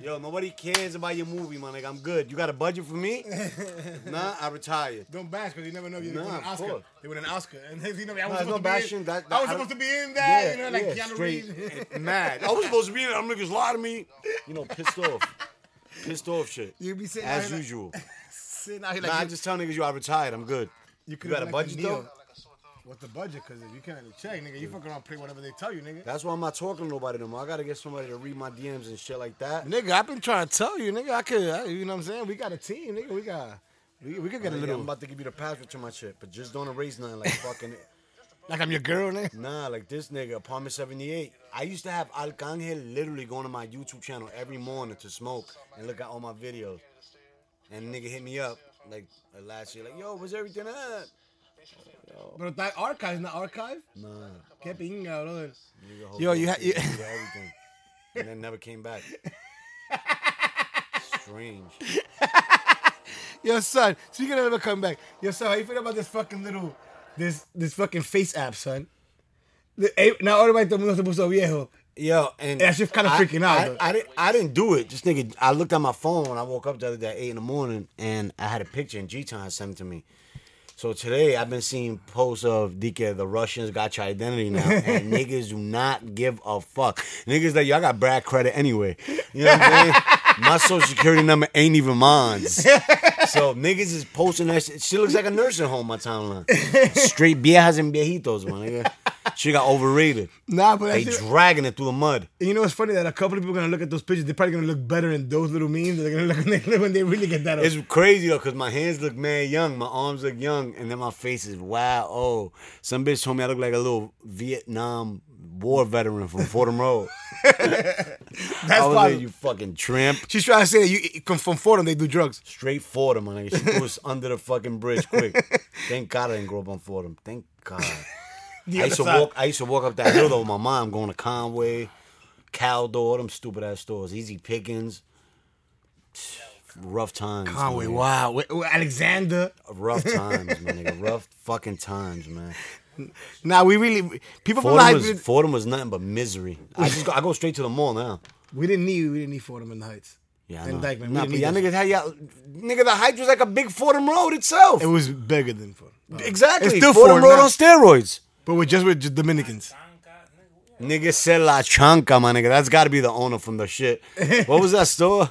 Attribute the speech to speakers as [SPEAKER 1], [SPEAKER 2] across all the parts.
[SPEAKER 1] Yo, nobody cares about your movie, my nigga. I'm good. You got a budget for me? If not, I retire.
[SPEAKER 2] Don't bash because you never know. if You
[SPEAKER 1] Nah,
[SPEAKER 2] win an
[SPEAKER 1] of
[SPEAKER 2] Oscar.
[SPEAKER 1] course.
[SPEAKER 2] They win an Oscar, and you know, I
[SPEAKER 1] Nah,
[SPEAKER 2] was
[SPEAKER 1] it's no
[SPEAKER 2] supposed to be
[SPEAKER 1] bashing.
[SPEAKER 2] in-
[SPEAKER 1] That-
[SPEAKER 2] I was
[SPEAKER 1] I-
[SPEAKER 2] supposed to be in that. you know, like
[SPEAKER 1] yeah,
[SPEAKER 2] Keanu Reeves. Oh,
[SPEAKER 1] straight mad. I was supposed to be in it. I'm niggas lie to me. You know, pissed off. Pissed off shit.
[SPEAKER 2] You be sitting out
[SPEAKER 1] As
[SPEAKER 2] here like-
[SPEAKER 1] usual.
[SPEAKER 2] Sitting out here
[SPEAKER 1] nah, I
[SPEAKER 2] like
[SPEAKER 1] just tell niggas, yo, I retired. I'm good.
[SPEAKER 2] you
[SPEAKER 1] you got a budget, though?
[SPEAKER 2] What's the budget? Because if you can't really check, nigga, you fucking around play whatever they tell you, nigga.
[SPEAKER 1] That's why I'm not talking to nobody no more. I gotta get somebody to read my DMs and shit like that.
[SPEAKER 2] Nigga, I've been trying to tell you, nigga. I could, I, you know what I'm saying? We got a team, nigga. We got, we, we could get a
[SPEAKER 1] Nigga,
[SPEAKER 2] little.
[SPEAKER 1] I'm about to give you the password to my shit, but just don't erase nothing like fucking.
[SPEAKER 2] like I'm your girl, nigga.
[SPEAKER 1] Nah, like this nigga, apartment 78. I used to have Arcangel literally going to my YouTube channel every morning to smoke and look at all my videos. And nigga hit me up like uh, last year, like, yo, was everything up?
[SPEAKER 2] But that archive's not archive.
[SPEAKER 1] Nah,
[SPEAKER 2] Que pinga, brother.
[SPEAKER 1] nigga,
[SPEAKER 2] Yo, you
[SPEAKER 1] had
[SPEAKER 2] ha- you-
[SPEAKER 1] everything, and then never came back. Strange.
[SPEAKER 2] Yo, son. Speaking of never come back, yo, son, how you feel about this fucking little, this this fucking face app, son? The, eh, now everybody todo el mundo se puso viejo.
[SPEAKER 1] Yo, and
[SPEAKER 2] That shit's kinda
[SPEAKER 1] I-
[SPEAKER 2] freaking out,
[SPEAKER 1] I,
[SPEAKER 2] though.
[SPEAKER 1] I, didn't, I didn't do it. Just nigga, I looked at my phone when I woke up the other day at eight in the morning, and I had a picture, and G-Ton had sent it to me. So today I've been seeing posts of DK. The Russians got your identity now, and niggas do not give a fuck. Niggas like y'all got Brad credit anyway. You know what I'm saying? My social security number ain't even mine. So niggas is posting that shit. She looks like a nursing home. My timeline, straight viejas and viejitos, my nigga. She got overrated.
[SPEAKER 2] Nah, but
[SPEAKER 1] They
[SPEAKER 2] that's
[SPEAKER 1] dragging it through the mud.
[SPEAKER 2] And you know what's funny that a couple of people are gonna look at those pictures. They're probably gonna look better in those little memes. They're gonna look when they, when they really get that. up.
[SPEAKER 1] It's crazy though, cause my hands look mad young, my arms look young, and then my face is wow. Oh, some bitch told me I look like a little Vietnam War veteran from Fordham Road. I
[SPEAKER 2] That's
[SPEAKER 1] was
[SPEAKER 2] why
[SPEAKER 1] like, you fucking tramp.
[SPEAKER 2] she's trying to say that you come from Fordham. They do drugs.
[SPEAKER 1] Straight Fordham, my nigga. She threw us under the fucking bridge quick. Thank God I didn't grow up on Fordham. Thank God. I used to
[SPEAKER 2] other side.
[SPEAKER 1] walk. I used to walk up that hill though with my mom, going to Conway, Caldor, them stupid ass stores, Easy Pickings. Rough times.
[SPEAKER 2] Conway,
[SPEAKER 1] man.
[SPEAKER 2] wow, Ah, Wait, wait, Alexander.
[SPEAKER 1] Rough times, my nigga. Rough fucking times, man.
[SPEAKER 2] Nah, we really people from
[SPEAKER 1] Fordham
[SPEAKER 2] the Heights.
[SPEAKER 1] was, Fordham was nothing but misery. I just go, I go straight to the mall now.
[SPEAKER 2] we didn't need we didn't need Fordham in the Heights.
[SPEAKER 1] Yeah, I
[SPEAKER 2] and
[SPEAKER 1] know.
[SPEAKER 2] Dykeman.
[SPEAKER 1] Nah,
[SPEAKER 2] we
[SPEAKER 1] but
[SPEAKER 2] didn't
[SPEAKER 1] y'all
[SPEAKER 2] need those.
[SPEAKER 1] niggas had y'all, nigga, the height was like a big Fordham Road itself.
[SPEAKER 2] It was bigger than Fordham,
[SPEAKER 1] exactly.
[SPEAKER 2] It's still
[SPEAKER 1] Fordham
[SPEAKER 2] Fordham
[SPEAKER 1] Road
[SPEAKER 2] now.
[SPEAKER 1] on steroids.
[SPEAKER 2] but we're just with just Dominicans.
[SPEAKER 1] Nigga said La Chanca, my nigga. That's got to be the owner from the shit. What was that store?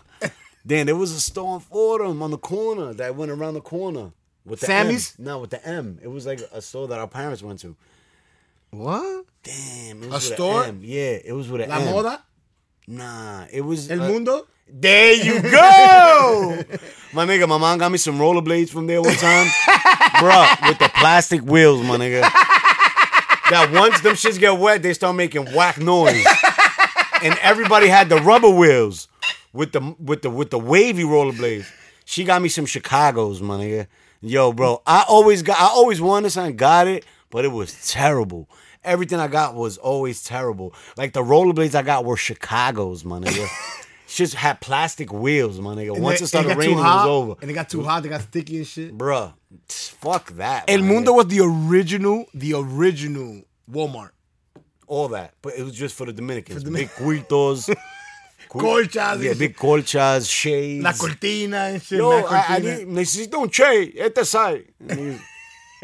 [SPEAKER 1] Damn, there was a store in Fordham on the corner that went around the corner. With the
[SPEAKER 2] Sammy's?
[SPEAKER 1] M. No, with the M. It was like a store that our parents went to.
[SPEAKER 2] What?
[SPEAKER 1] Damn, it was
[SPEAKER 2] A
[SPEAKER 1] with
[SPEAKER 2] store?
[SPEAKER 1] A M. Yeah, it was with an
[SPEAKER 2] La
[SPEAKER 1] M.
[SPEAKER 2] moda,
[SPEAKER 1] Nah, it was
[SPEAKER 2] el
[SPEAKER 1] uh,
[SPEAKER 2] mundo.
[SPEAKER 1] There you go. my nigga, my mom got me some rollerblades from there one time. Bruh, with the plastic wheels, my nigga. That once them shits get wet, they start making whack noise. and everybody had the rubber wheels with the with the with the wavy rollerblades. She got me some Chicago's, my nigga. Yo, bro, I always got I always wanted something, got it, but it was terrible. Everything I got was always terrible. Like the rollerblades I got were Chicago's, my nigga. Shits had plastic wheels, my nigga. Once it started
[SPEAKER 2] got too
[SPEAKER 1] raining, it was
[SPEAKER 2] hot,
[SPEAKER 1] over.
[SPEAKER 2] And it got too hot. They got sticky and shit.
[SPEAKER 1] Bruh, tch, fuck that.
[SPEAKER 2] El
[SPEAKER 1] my
[SPEAKER 2] Mundo
[SPEAKER 1] nigga.
[SPEAKER 2] was the original, the original Walmart.
[SPEAKER 1] all that, but it was just for the Dominicans. big cuitos, cu-
[SPEAKER 2] Colchas.
[SPEAKER 1] yeah, big colchas, shades.
[SPEAKER 2] La cortina and shit.
[SPEAKER 1] Yo,
[SPEAKER 2] la
[SPEAKER 1] I, I
[SPEAKER 2] cortina.
[SPEAKER 1] need, necesito un che at the site.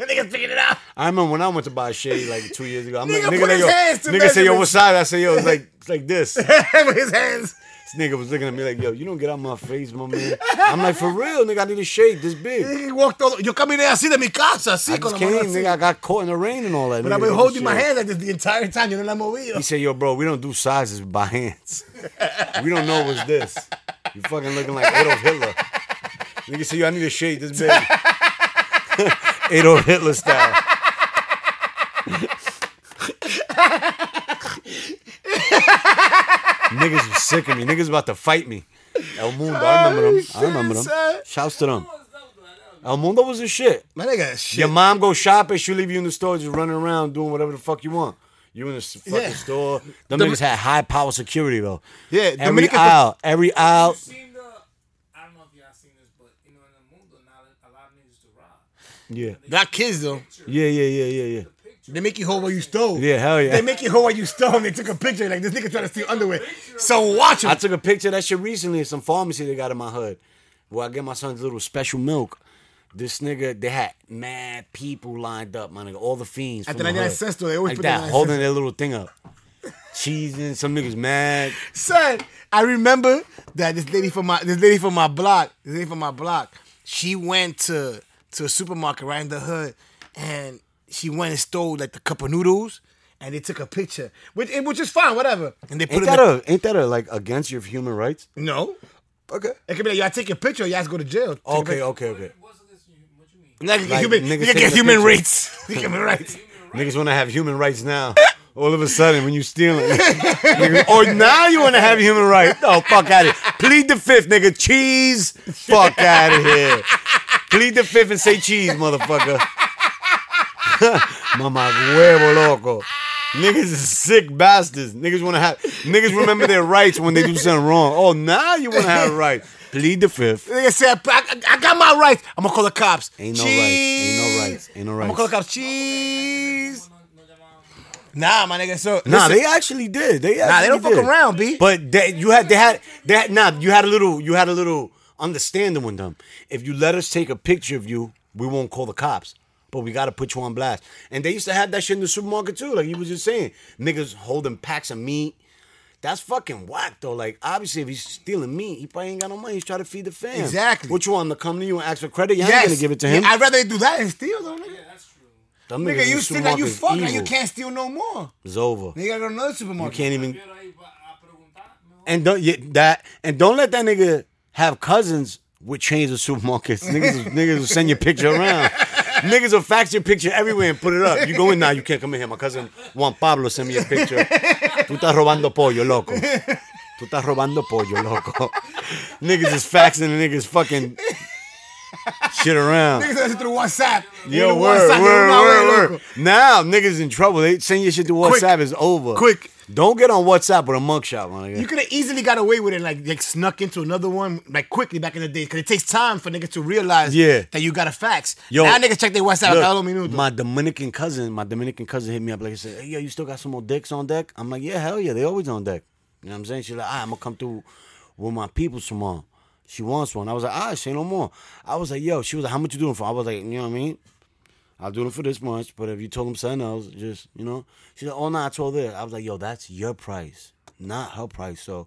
[SPEAKER 2] Niggas figured it out.
[SPEAKER 1] I remember when I went to buy a shade like two years ago. I'm
[SPEAKER 2] Nigga
[SPEAKER 1] like, nigga,
[SPEAKER 2] put
[SPEAKER 1] like,
[SPEAKER 2] his
[SPEAKER 1] yo,
[SPEAKER 2] hands to
[SPEAKER 1] nigga say, yo,
[SPEAKER 2] measurements.
[SPEAKER 1] what's side? I say, yo, it's like, it's like this. This
[SPEAKER 2] With his hands.
[SPEAKER 1] nigga was looking at me like, yo, you don't get out my face, my man. I'm like, for real, nigga, I need a shade this big.
[SPEAKER 2] Nigga walked all. Yo caminé así de mi casa, así
[SPEAKER 1] I
[SPEAKER 2] con
[SPEAKER 1] just
[SPEAKER 2] la
[SPEAKER 1] came,
[SPEAKER 2] mano
[SPEAKER 1] nigga, I
[SPEAKER 2] así.
[SPEAKER 1] got caught in the rain and all that.
[SPEAKER 2] But
[SPEAKER 1] nigga,
[SPEAKER 2] I've been
[SPEAKER 1] like,
[SPEAKER 2] holding my
[SPEAKER 1] shit.
[SPEAKER 2] hand like this the entire time. Yo no la he movido.
[SPEAKER 1] He said, yo, bro, we don't do sizes by hands. We don't know what's this. You fucking looking like Adolf Hitler. Nigga said, yo, I need a shade this big. Adolf Hitler style. Niggas was sick of me. Niggas about to fight me. El Mundo, I remember them. I remember them. Shouts to them. El Mundo was the shit.
[SPEAKER 2] My nigga, shit.
[SPEAKER 1] Your mom go shopping, she leave you in the store just running around doing whatever the fuck you want. You in the s- fucking
[SPEAKER 2] Yeah.
[SPEAKER 1] store. Them
[SPEAKER 2] Domin-
[SPEAKER 1] niggas had high power security though.
[SPEAKER 2] Yeah,
[SPEAKER 1] every
[SPEAKER 2] Dominican-
[SPEAKER 1] aisle, every aisle.
[SPEAKER 3] You seen the? I don't know if y'all seen this, but you know in the mundo now a lot of niggas do rob.
[SPEAKER 1] Yeah,
[SPEAKER 2] Not kids though.
[SPEAKER 1] yeah, yeah, yeah, yeah, yeah.
[SPEAKER 3] The picture
[SPEAKER 2] They make you hold what you stole.
[SPEAKER 1] Yeah, hell yeah.
[SPEAKER 2] They make you hold what you stole and they took a picture. Like, this nigga trying to steal underwear. So watch him.
[SPEAKER 1] I took a picture of that shit recently at some pharmacy they got in my hood where I get my son's little special milk. This nigga, they had mad people lined up, my nigga. All the fiends.
[SPEAKER 2] At
[SPEAKER 1] from
[SPEAKER 2] the
[SPEAKER 1] the
[SPEAKER 2] 99
[SPEAKER 1] hood.
[SPEAKER 2] cent store, they always
[SPEAKER 1] like
[SPEAKER 2] put the
[SPEAKER 1] that,
[SPEAKER 2] 99
[SPEAKER 1] holding
[SPEAKER 2] cent-
[SPEAKER 1] their little thing up. Cheesing, some niggas mad.
[SPEAKER 2] Son, I remember that this lady from my this lady from my block, this lady from my block, she went to to a supermarket right in the hood, and she went and stole like the cup of noodles, and they took a picture, which it which is fine, whatever. And they put
[SPEAKER 1] Ain't
[SPEAKER 2] it
[SPEAKER 1] that
[SPEAKER 2] in
[SPEAKER 1] a ain't that a like against your human rights?
[SPEAKER 2] the, no.
[SPEAKER 1] Okay.
[SPEAKER 2] It could be like y'all take your picture, or y'all go to jail. Take a
[SPEAKER 1] Okay,
[SPEAKER 2] picture.
[SPEAKER 1] okay, okay.
[SPEAKER 3] What's this? You, what you mean?
[SPEAKER 2] Nigga, get
[SPEAKER 1] Oh, Like,
[SPEAKER 2] human,
[SPEAKER 1] niggas
[SPEAKER 2] nigga
[SPEAKER 1] take
[SPEAKER 2] get
[SPEAKER 1] a
[SPEAKER 2] human
[SPEAKER 1] picture.
[SPEAKER 2] rights. human rights.
[SPEAKER 1] Niggas want to have human rights now. All of a sudden, when you stealing, Niggas, or now you want to have human rights? Oh, fuck out of here. Plead the fifth, nigga. Cheese. Fuck out of here. Plead the fifth and say cheese, motherfucker. Mama huevo loco. Niggas is sick bastards. Niggas want to have. Niggas remember their rights when they do something wrong. Oh, now you want to have rights. Plead the fifth.
[SPEAKER 2] Nigga said, I, I- I got my rights. I'm gonna call the cops.
[SPEAKER 1] Ain't no rights. Ain't no rights. Ain't no
[SPEAKER 2] I'm gonna
[SPEAKER 1] rights.
[SPEAKER 2] call the cops. Cheese.
[SPEAKER 3] No, no
[SPEAKER 2] Nah,
[SPEAKER 3] llamado.
[SPEAKER 2] my nigga. So
[SPEAKER 1] Nah,
[SPEAKER 2] listen,
[SPEAKER 1] they actually did. They actually
[SPEAKER 2] nah, they don't fuck
[SPEAKER 1] did.
[SPEAKER 2] around, b.
[SPEAKER 1] But that you had they had that nah, you had a little you had a little understanding with them. If you let us take a picture of you, we won't call the cops. But we gotta put you on blast. And they used to have that shit in the supermarket too, like you was just saying. Niggas holding packs of meat. That's fucking whack though. Like obviously if he's stealing meat, he probably ain't got no money. He's trying to feed the fam.
[SPEAKER 2] Exactly.
[SPEAKER 1] What you want him to come to you and ask for credit? You
[SPEAKER 2] Yes.
[SPEAKER 1] ain't gonna give it to him.
[SPEAKER 2] Yeah, I'd rather they do that and steal though, nigga.
[SPEAKER 3] Yeah, that's true.
[SPEAKER 1] Them niggas
[SPEAKER 2] Nigga,
[SPEAKER 1] in
[SPEAKER 2] you
[SPEAKER 1] the
[SPEAKER 2] steal like
[SPEAKER 1] supermarket
[SPEAKER 2] you
[SPEAKER 1] is
[SPEAKER 2] fuck, like you
[SPEAKER 1] evil.
[SPEAKER 2] can't steal no more.
[SPEAKER 1] It's over.
[SPEAKER 2] Nigga, gotta go to another supermarket.
[SPEAKER 1] Can't even
[SPEAKER 3] Quiero ir pa- a preguntar. No.
[SPEAKER 1] And don't yeah, that and don't let that nigga have cousins with chains of supermarkets. Niggas, niggas will send your picture around. Niggas will fax your picture everywhere and put it up. You go in now, you can't come in here. My cousin Juan Pablo sent me a picture. Tú estás robando pollo, loco. Tú estás robando pollo, loco. Niggas is faxing the niggas fucking shit around.
[SPEAKER 2] Niggas answer through WhatsApp.
[SPEAKER 1] Yo,
[SPEAKER 2] Nigga,
[SPEAKER 1] word,
[SPEAKER 2] WhatsApp,
[SPEAKER 1] word,
[SPEAKER 2] you know, nah, wait,
[SPEAKER 1] word,
[SPEAKER 2] local.
[SPEAKER 1] word. Now niggas in trouble. They send your shit to
[SPEAKER 2] Quick.
[SPEAKER 1] WhatsApp. It's over.
[SPEAKER 2] Quick.
[SPEAKER 1] Don't get on WhatsApp with a mugshot, my nigga.
[SPEAKER 2] You could have easily got away with it, like, like snuck into another one, like quickly back in the day, because it takes time for niggas to realize
[SPEAKER 1] Yeah.
[SPEAKER 2] that you got a fax.
[SPEAKER 1] Yo,
[SPEAKER 2] now niggas check their WhatsApp.
[SPEAKER 1] Look,
[SPEAKER 2] "Ah, lo minuto."
[SPEAKER 1] my Dominican cousin, my Dominican cousin hit me up like he said, "Hey, yo, you still got some more dicks on deck?" I'm like, "Yeah, hell yeah, they always on deck." You know what I'm saying? She's like, "All right, "I'm gonna come through with my people tomorrow." She wants one. I was like, "Ah, say no more." I was like, "Yo," she was like, "How much you doing for?" I was like, "You know what I mean? I'll do it for this much, but if you told them something else, just you know." She's like, "Oh no, I told her." I was like, "Yo, that's your price, not her price." So.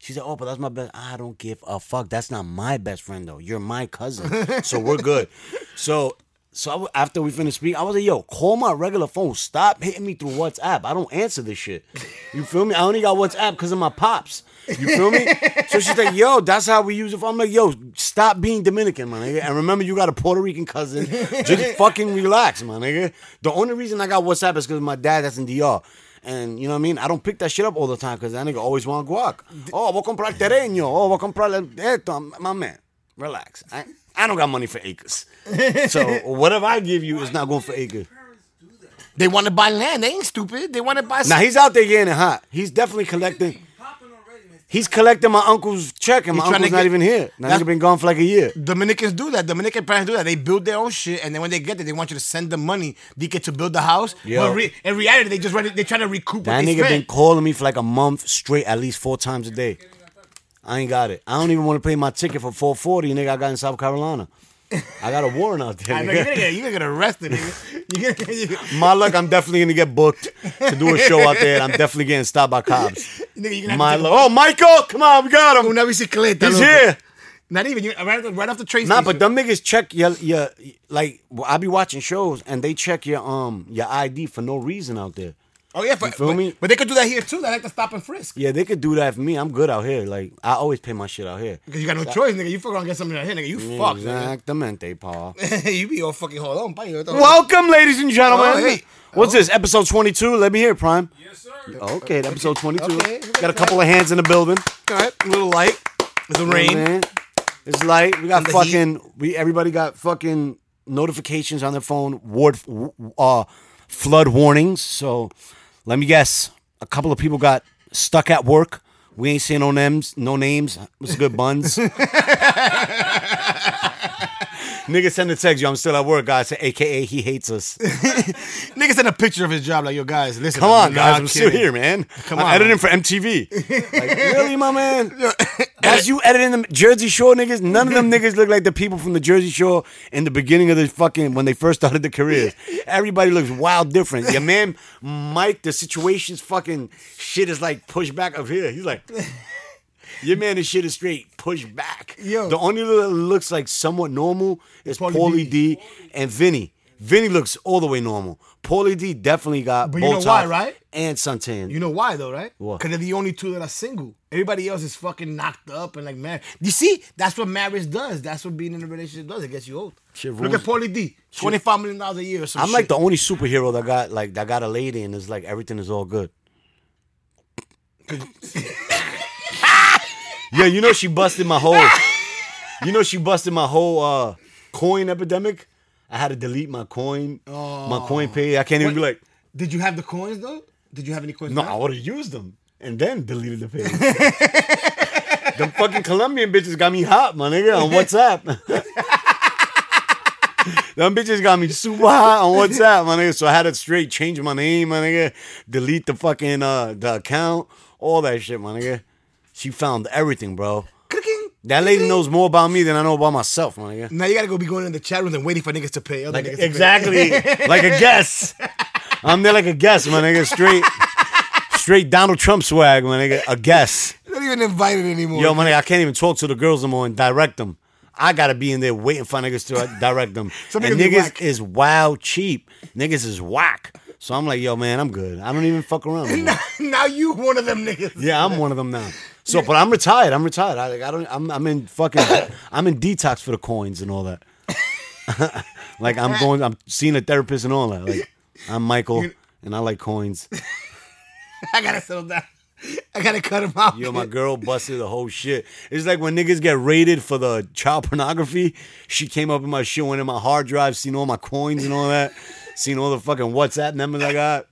[SPEAKER 1] She said, "Oh, but that's my best. I don't give a fuck. That's not my best friend though. You're my cousin, so we're good." So, so I w after we finished speaking, I was like, "Yo, call my regular phone. Stop hitting me through WhatsApp. I don't answer this shit. You feel me? I only got WhatsApp because of my pops. You feel me?" so she's like, "Yo, that's how we use it." I'm like, "Yo, stop being Dominican, my nigga, and remember you got a Puerto Rican cousin. Just fucking relax, my nigga. The only reason I got WhatsApp is because my dad that's in DR." And you know what I mean? I don't pick that shit up all the time because that nigga always want guac. Oh, voy a comprar terreno. Oh, voy a comprar esto. I'm- My man, relax. I, I don't got money for acres. So whatever I give you is not going for acres.
[SPEAKER 2] they want to buy land. They ain't stupid. They want to buy.
[SPEAKER 1] Now he's out there getting it hot. He's definitely collecting.
[SPEAKER 3] Popping already, man.
[SPEAKER 1] He's collecting my uncle's check, and my
[SPEAKER 2] He's trying to
[SPEAKER 1] uncle's not
[SPEAKER 2] get-
[SPEAKER 1] even here. Now
[SPEAKER 2] That's-
[SPEAKER 1] nigga been gone for like a year.
[SPEAKER 2] Dominicans do that. Dominican parents do that. They build their own shit, and then when they get there, they want you to send them money. They get to build the house.
[SPEAKER 1] Yo.
[SPEAKER 2] But re- in reality, they just ready, they trying to recoup
[SPEAKER 1] That
[SPEAKER 2] what they
[SPEAKER 1] nigga been
[SPEAKER 2] spent.
[SPEAKER 1] calling me for like a month straight, at least four times a day. I ain't got it. I don't even want to pay my ticket for 440, nigga. I got in South Carolina. I got a warrant out there.
[SPEAKER 2] I know,
[SPEAKER 1] nigga.
[SPEAKER 2] you're, gonna get, you're gonna get arrested, nigga. You're gonna, you nigga,
[SPEAKER 1] My luck, I'm definitely gonna get booked to do a show out there, and I'm definitely getting stopped by cops.
[SPEAKER 2] you're gonna have
[SPEAKER 1] My
[SPEAKER 2] to
[SPEAKER 1] luck. Oh, Michael, come on, we got
[SPEAKER 2] take
[SPEAKER 1] him.
[SPEAKER 2] una bicicleta.
[SPEAKER 1] He's
[SPEAKER 2] loco.
[SPEAKER 1] here.
[SPEAKER 2] Not even you right, off- right off the train
[SPEAKER 1] Nah, but
[SPEAKER 2] station.
[SPEAKER 1] them niggas check your your like. I be watching shows, and they check your um your ID for no reason out there.
[SPEAKER 2] oh yeah, but,
[SPEAKER 1] feel
[SPEAKER 2] but,
[SPEAKER 1] me?
[SPEAKER 2] but they could do that here too. They like to stop and frisk.
[SPEAKER 1] Yeah, they could do that for me. I'm good out here. Like I always pay my shit out here.
[SPEAKER 2] Cause you got no choice, nigga. You fucking gonna get something out here, nigga. You fuck,
[SPEAKER 1] Exactamente, Paul.
[SPEAKER 2] nigga. you be all fucking hold on, buddy.
[SPEAKER 1] Welcome, ladies and gentlemen.
[SPEAKER 2] Oh, hey.
[SPEAKER 1] What's this? Episode 22. Let me hear, it, Prime.
[SPEAKER 3] Yes, sir.
[SPEAKER 1] Okay, episode 22.
[SPEAKER 2] Okay.
[SPEAKER 1] Got a couple of hands in the building.
[SPEAKER 2] All right, a little light, the rain.
[SPEAKER 1] man. It's light. We got
[SPEAKER 2] And the
[SPEAKER 1] fucking. We everybody got fucking notifications on their phone. Ward, uh, flood warnings. So, let me guess. A couple of people got stuck at work. We ain't seeing no names. No names. What's good, buns? Nigga send a text, yo, I'm still at work, guys. AKA, he hates us.
[SPEAKER 2] Nigga sent a picture of his job like, yo, guys, listen.
[SPEAKER 1] Come on,
[SPEAKER 2] not
[SPEAKER 1] guys, I'm still
[SPEAKER 2] kidding.
[SPEAKER 1] here, man.
[SPEAKER 2] Come
[SPEAKER 1] I'm
[SPEAKER 2] on,
[SPEAKER 1] editing
[SPEAKER 2] man.
[SPEAKER 1] for MTV. like, really, my man? That's you editing them Jersey Shore niggas? None of them niggas look like the people from the Jersey Shore in the beginning of the fucking, when they first started their careers. Everybody looks wild different. Your man, Mike, the situation's fucking shit is like push back up here. He's like, your man, his shit is straight push back.
[SPEAKER 2] Yo.
[SPEAKER 1] The only little that looks like somewhat normal is
[SPEAKER 2] Pauly
[SPEAKER 1] Paulie D. and Vinny. Vinny looks all the way normal. Paulie D definitely got
[SPEAKER 2] But you know
[SPEAKER 1] Botox
[SPEAKER 2] why, right?
[SPEAKER 1] and suntan.
[SPEAKER 2] You know why though, right?
[SPEAKER 1] What?
[SPEAKER 2] Because they're the only two that are single. Everybody else is fucking knocked up and like married. You see, that's what marriage does. That's what being in a relationship does. It gets you old.
[SPEAKER 1] Shit
[SPEAKER 2] Look
[SPEAKER 1] ruins-
[SPEAKER 2] at Paulie D. Twenty five million dollars a year. Or some
[SPEAKER 1] I'm like
[SPEAKER 2] shit.
[SPEAKER 1] the only superhero that got like that got a lady and it's like everything is all good. yeah, you know she busted my whole You know she busted my whole uh coin epidemic. I had to delete my coin, my
[SPEAKER 2] Oh.
[SPEAKER 1] coin page. I can't even be like,
[SPEAKER 2] Did you have the coins though? Did you have any coins?
[SPEAKER 1] no, I
[SPEAKER 2] left?
[SPEAKER 1] would have used them and then deleted the page. them fucking Colombian bitches got me hot, my nigga, on WhatsApp. them bitches got me super hot on WhatsApp, my nigga. So I had to straight change my name, my nigga, delete the fucking uh the account, all that shit, my nigga. She found everything, bro.
[SPEAKER 2] Clicking.
[SPEAKER 1] That lady knows more about me than I know about myself, my nigga.
[SPEAKER 2] Now you gotta go be going in the chat rooms and waiting for niggas to pay. Other
[SPEAKER 1] Like
[SPEAKER 2] niggas to pay.
[SPEAKER 1] exactly, like a guest. I'm there like a guest, my nigga. Straight, straight Donald Trump swag, my nigga. A guest.
[SPEAKER 2] They're not even invited anymore.
[SPEAKER 1] Yo, my nigga, I can't even talk to the girls no more and direct them. I gotta be in there waiting for niggas to uh, direct them.
[SPEAKER 2] Some
[SPEAKER 1] and
[SPEAKER 2] niggas be
[SPEAKER 1] niggas
[SPEAKER 2] whack.
[SPEAKER 1] is wild cheap. Niggas is whack. So I'm like, yo, man, I'm good. I don't even fuck around. no more.
[SPEAKER 2] now you one of them niggas.
[SPEAKER 1] Yeah, I'm one of them now. So, but I'm retired. I'm retired. I, like, I don't. I'm, I'm in fucking. I'm in detox for the coins and all that. like I'm going. I'm seeing a therapist and all that. Like I'm Michael and I like coins.
[SPEAKER 2] I gotta settle down. I gotta cut him off.
[SPEAKER 1] Yo, my girl busted the whole shit. It's like when niggas get raided for the child pornography. She came up in my shit, went in my hard drive, seen all my coins and all that, seen all the fucking WhatsApp numbers I got.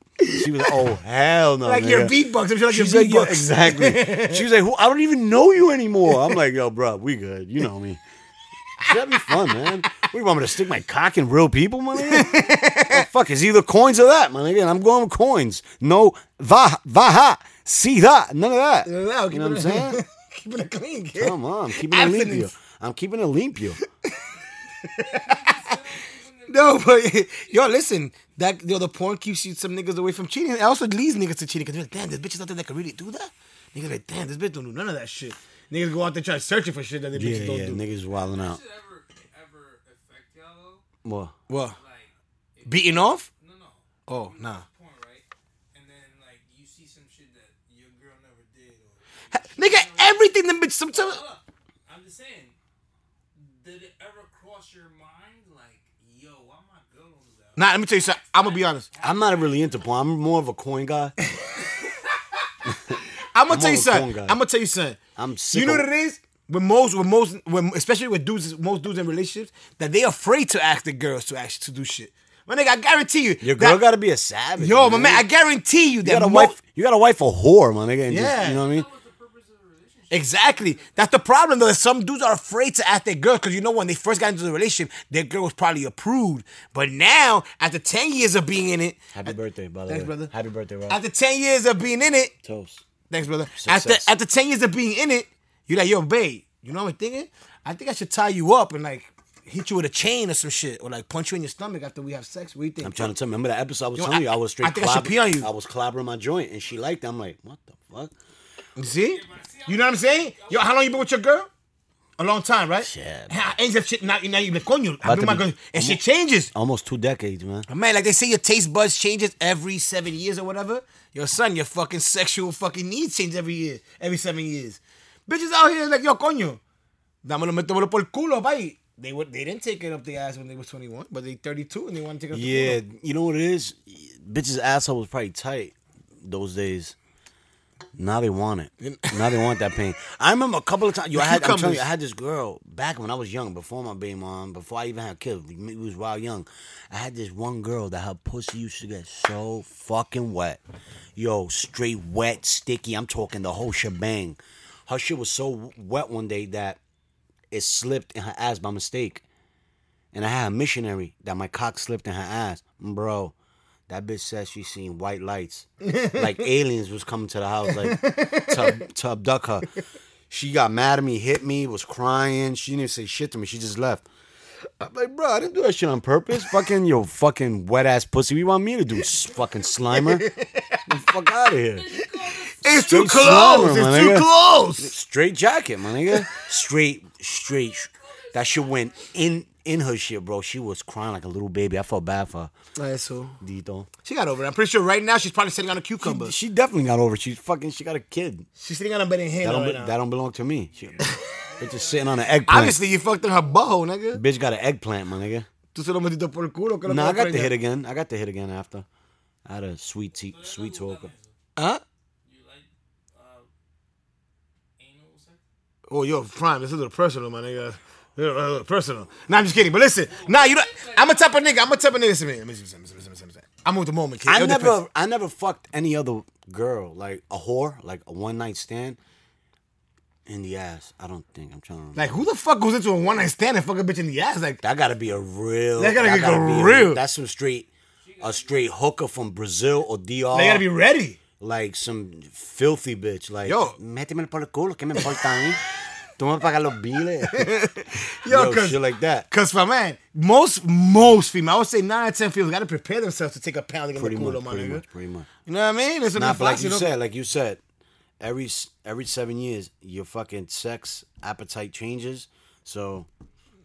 [SPEAKER 1] She was like, "Oh hell no!"
[SPEAKER 2] like
[SPEAKER 1] nigga.
[SPEAKER 2] your beatbox. I'm sure like
[SPEAKER 1] She's
[SPEAKER 2] your
[SPEAKER 1] like, yo,
[SPEAKER 2] beatbox.
[SPEAKER 1] exactly. She was like, Who, I don't even know you anymore. I'm like, yo, bro, we good. You know me. That'd be fun, man. What do you want me to stick my cock in real people, my nigga? The fuck, it's either coins or that, my nigga. And I'm going with coins. No, va, vaha, see that, none of that.
[SPEAKER 2] No, keep
[SPEAKER 1] you know
[SPEAKER 2] it-
[SPEAKER 1] what I'm saying?
[SPEAKER 2] Keeping it clean, kid.
[SPEAKER 1] Come on, I'm keeping it limpio.
[SPEAKER 2] Abstinence.
[SPEAKER 1] I'm keeping it limpio.
[SPEAKER 2] No, but yo, listen. That yo, the porn keeps you some niggas away from cheating. It also leads niggas to cheating because like, damn, there's bitches out there that can really do that. Niggas like, damn, this bitch don't do none of that shit. Niggas go out there try searching for shit that the
[SPEAKER 1] Yeah,
[SPEAKER 2] bitches don't
[SPEAKER 1] yeah,
[SPEAKER 2] do.
[SPEAKER 1] niggas wilding out.
[SPEAKER 3] Did it ever, ever affect y'all though?
[SPEAKER 1] What?
[SPEAKER 2] What?
[SPEAKER 3] Like,
[SPEAKER 2] Beating off?
[SPEAKER 3] no, no,
[SPEAKER 2] Oh, nah.
[SPEAKER 3] porn, right? And then like you see some shit that your girl never did. Or,
[SPEAKER 2] Nigga, everything the bitch sometimes.
[SPEAKER 3] Hold up. I'm just saying. Did it ever cross your mind like, yo, why my girl don't do that?
[SPEAKER 2] Nah, let me tell you something. I'm gonna be honest.
[SPEAKER 1] I'm not really into porn. I'm more of a coin guy.
[SPEAKER 2] I'm gonna tell
[SPEAKER 1] more of
[SPEAKER 2] you
[SPEAKER 1] a
[SPEAKER 2] something.
[SPEAKER 1] porn guy.
[SPEAKER 2] I'm gonna tell you something.
[SPEAKER 1] I'm sick
[SPEAKER 2] You know
[SPEAKER 1] of-
[SPEAKER 2] what it is? With most, with most, when, especially with dudes, most dudes in relationships, that they afraid to ask the girls to actually to do shit. My nigga, I guarantee you.
[SPEAKER 1] Your girl
[SPEAKER 2] that-
[SPEAKER 1] got to be a savage.
[SPEAKER 2] Yo, my man, I guarantee you
[SPEAKER 1] You
[SPEAKER 2] that
[SPEAKER 1] got a
[SPEAKER 2] mo-
[SPEAKER 1] wife. You got a wife a whore, my nigga. And
[SPEAKER 2] Yeah.
[SPEAKER 1] Just, you know what I mean?
[SPEAKER 3] What's the purpose of the relationship?
[SPEAKER 2] Exactly. That's the problem though. That some dudes are afraid to ask their girl because you know when they first got into the relationship, their girl was probably approved. But now, after ten years of being in it,
[SPEAKER 1] Happy birthday, by the
[SPEAKER 2] Thanks,
[SPEAKER 1] way.
[SPEAKER 2] brother.
[SPEAKER 1] Happy birthday, Rob.
[SPEAKER 2] after ten years of being in it,
[SPEAKER 1] Toast.
[SPEAKER 2] thanks, brother.
[SPEAKER 1] Success.
[SPEAKER 2] After after ten years of being in it, you're like, yo, babe, you know what I'm thinking? I think I should tie you up and like hit you with a chain or some shit, or like punch you in your stomach after we have sex. What do you think?
[SPEAKER 1] I'm trying to tell. Remember that episode I was
[SPEAKER 2] Yo,
[SPEAKER 1] telling
[SPEAKER 2] I-
[SPEAKER 1] you? I was straight.
[SPEAKER 2] I think I should
[SPEAKER 1] clobbering-
[SPEAKER 2] pee on you.
[SPEAKER 1] I was clobbering my joint, and she liked it. I'm like, what the fuck?
[SPEAKER 2] You see? You know what I'm saying? Yo, how long you been with your girl? A long time, right?
[SPEAKER 1] Yeah,
[SPEAKER 2] And I ain't that shit now. Now you like coño.
[SPEAKER 1] About
[SPEAKER 2] I
[SPEAKER 1] to
[SPEAKER 2] been my
[SPEAKER 1] be-
[SPEAKER 2] girl, and shit changes.
[SPEAKER 1] Almost two decades, man.
[SPEAKER 2] Man, like they say, your taste buds changes every seven years or whatever. Your son, your fucking sexual fucking needs change every year, every seven years. Bitches out here like yo coño, dámelo metémelo por el culo, bye. They were they didn't take it up the ass when they was 21, but they 32 and they want to take it up
[SPEAKER 1] Yeah,
[SPEAKER 2] the culo.
[SPEAKER 1] you know what it is? Bitches' asshole was probably tight those days. Now they want it. Now they want that pain. I remember a couple of times. Yo, I had, I'm telling you, I had this girl back when I was young, before my baby mom, before I even had kids. We, we was wild young. I had this one girl that her pussy used to get so fucking wet. Yo, straight wet, sticky. I'm talking the whole shebang. Her shit was so wet one day that it slipped in her ass by mistake and I had a missionary that my cock slipped in her ass, bro. That bitch said she seen white lights, like aliens was coming to the house, like to, to abduct her. She got mad at me, hit me, was crying. She didn't say shit to me. She just left. I'm like, bro, I didn't do that shit on purpose. fucking yo, fucking wet ass pussy. What You want me to do s- fucking slimer? Get the fuck out of here.
[SPEAKER 2] It's too
[SPEAKER 1] Straight
[SPEAKER 2] close.
[SPEAKER 1] slammer, my
[SPEAKER 2] it's too
[SPEAKER 1] nigga.
[SPEAKER 2] close.
[SPEAKER 1] Straight jacket, my nigga. Straight, straight. sh- That shit went in in her shit, bro. She was crying like a little baby. I felt bad for her.
[SPEAKER 2] Alright, so
[SPEAKER 1] Dito.
[SPEAKER 2] she got over it. I'm pretty sure right now she's probably sitting on a cucumber.
[SPEAKER 1] She definitely got over. it. She's fucking. She got a kid.
[SPEAKER 2] she's sitting on a bed in hand
[SPEAKER 1] That don't,
[SPEAKER 2] right
[SPEAKER 1] be-
[SPEAKER 2] now.
[SPEAKER 1] that don't belong to me. She, it's just sitting on an eggplant.
[SPEAKER 2] Obviously, you fucked in her butthole, nigga.
[SPEAKER 1] Bitch got an eggplant, my nigga.
[SPEAKER 2] Tú se lo metiste por el culo. que lo
[SPEAKER 1] No, I
[SPEAKER 2] que
[SPEAKER 1] got the
[SPEAKER 2] traiga.
[SPEAKER 1] hit again. I got the hit again after. I had a sweet tea, sweet talker.
[SPEAKER 2] Huh?
[SPEAKER 3] You like uh, anal sex?
[SPEAKER 2] Oh, yo, prime. This is a little personal, my nigga. This is a little Personal. Nah, I'm just kidding. But listen, nah, you. Don't, I'm a type of nigga. I'm a type of nigga. Listen, listen, listen, listen, listen, listen, listen. I'm with the moment, kid.
[SPEAKER 1] I
[SPEAKER 2] It
[SPEAKER 1] never,
[SPEAKER 2] depends.
[SPEAKER 1] I never fucked any other girl like a whore, like a one night stand. In the ass, I don't think I'm trying to. Remember.
[SPEAKER 2] Like, who the fuck goes into a one night stand and fuck a bitch in the ass? Like,
[SPEAKER 1] That gotta be a real.
[SPEAKER 2] That gotta get
[SPEAKER 1] be a-
[SPEAKER 2] real.
[SPEAKER 1] That's some straight, a straight hooker from Brazil or DR.
[SPEAKER 2] they gotta be ready.
[SPEAKER 1] like some filthy bitch. Like,
[SPEAKER 2] Yo.
[SPEAKER 1] méteme por el culo, que me importa a mí. Tú me pagas los biles.
[SPEAKER 2] Yo,
[SPEAKER 1] Yo,
[SPEAKER 2] cause,
[SPEAKER 1] shit like that.
[SPEAKER 2] cause my man, most most female, I would say nine out of ten females gotta prepare themselves to take a pounding in the
[SPEAKER 1] Pretty
[SPEAKER 2] culo,
[SPEAKER 1] much,
[SPEAKER 2] my
[SPEAKER 1] pretty
[SPEAKER 2] nigga.
[SPEAKER 1] much, pretty much.
[SPEAKER 2] You know what I mean? It's
[SPEAKER 1] Nah, but like you said, like you said, every s- every seven years, your fucking sex appetite changes. So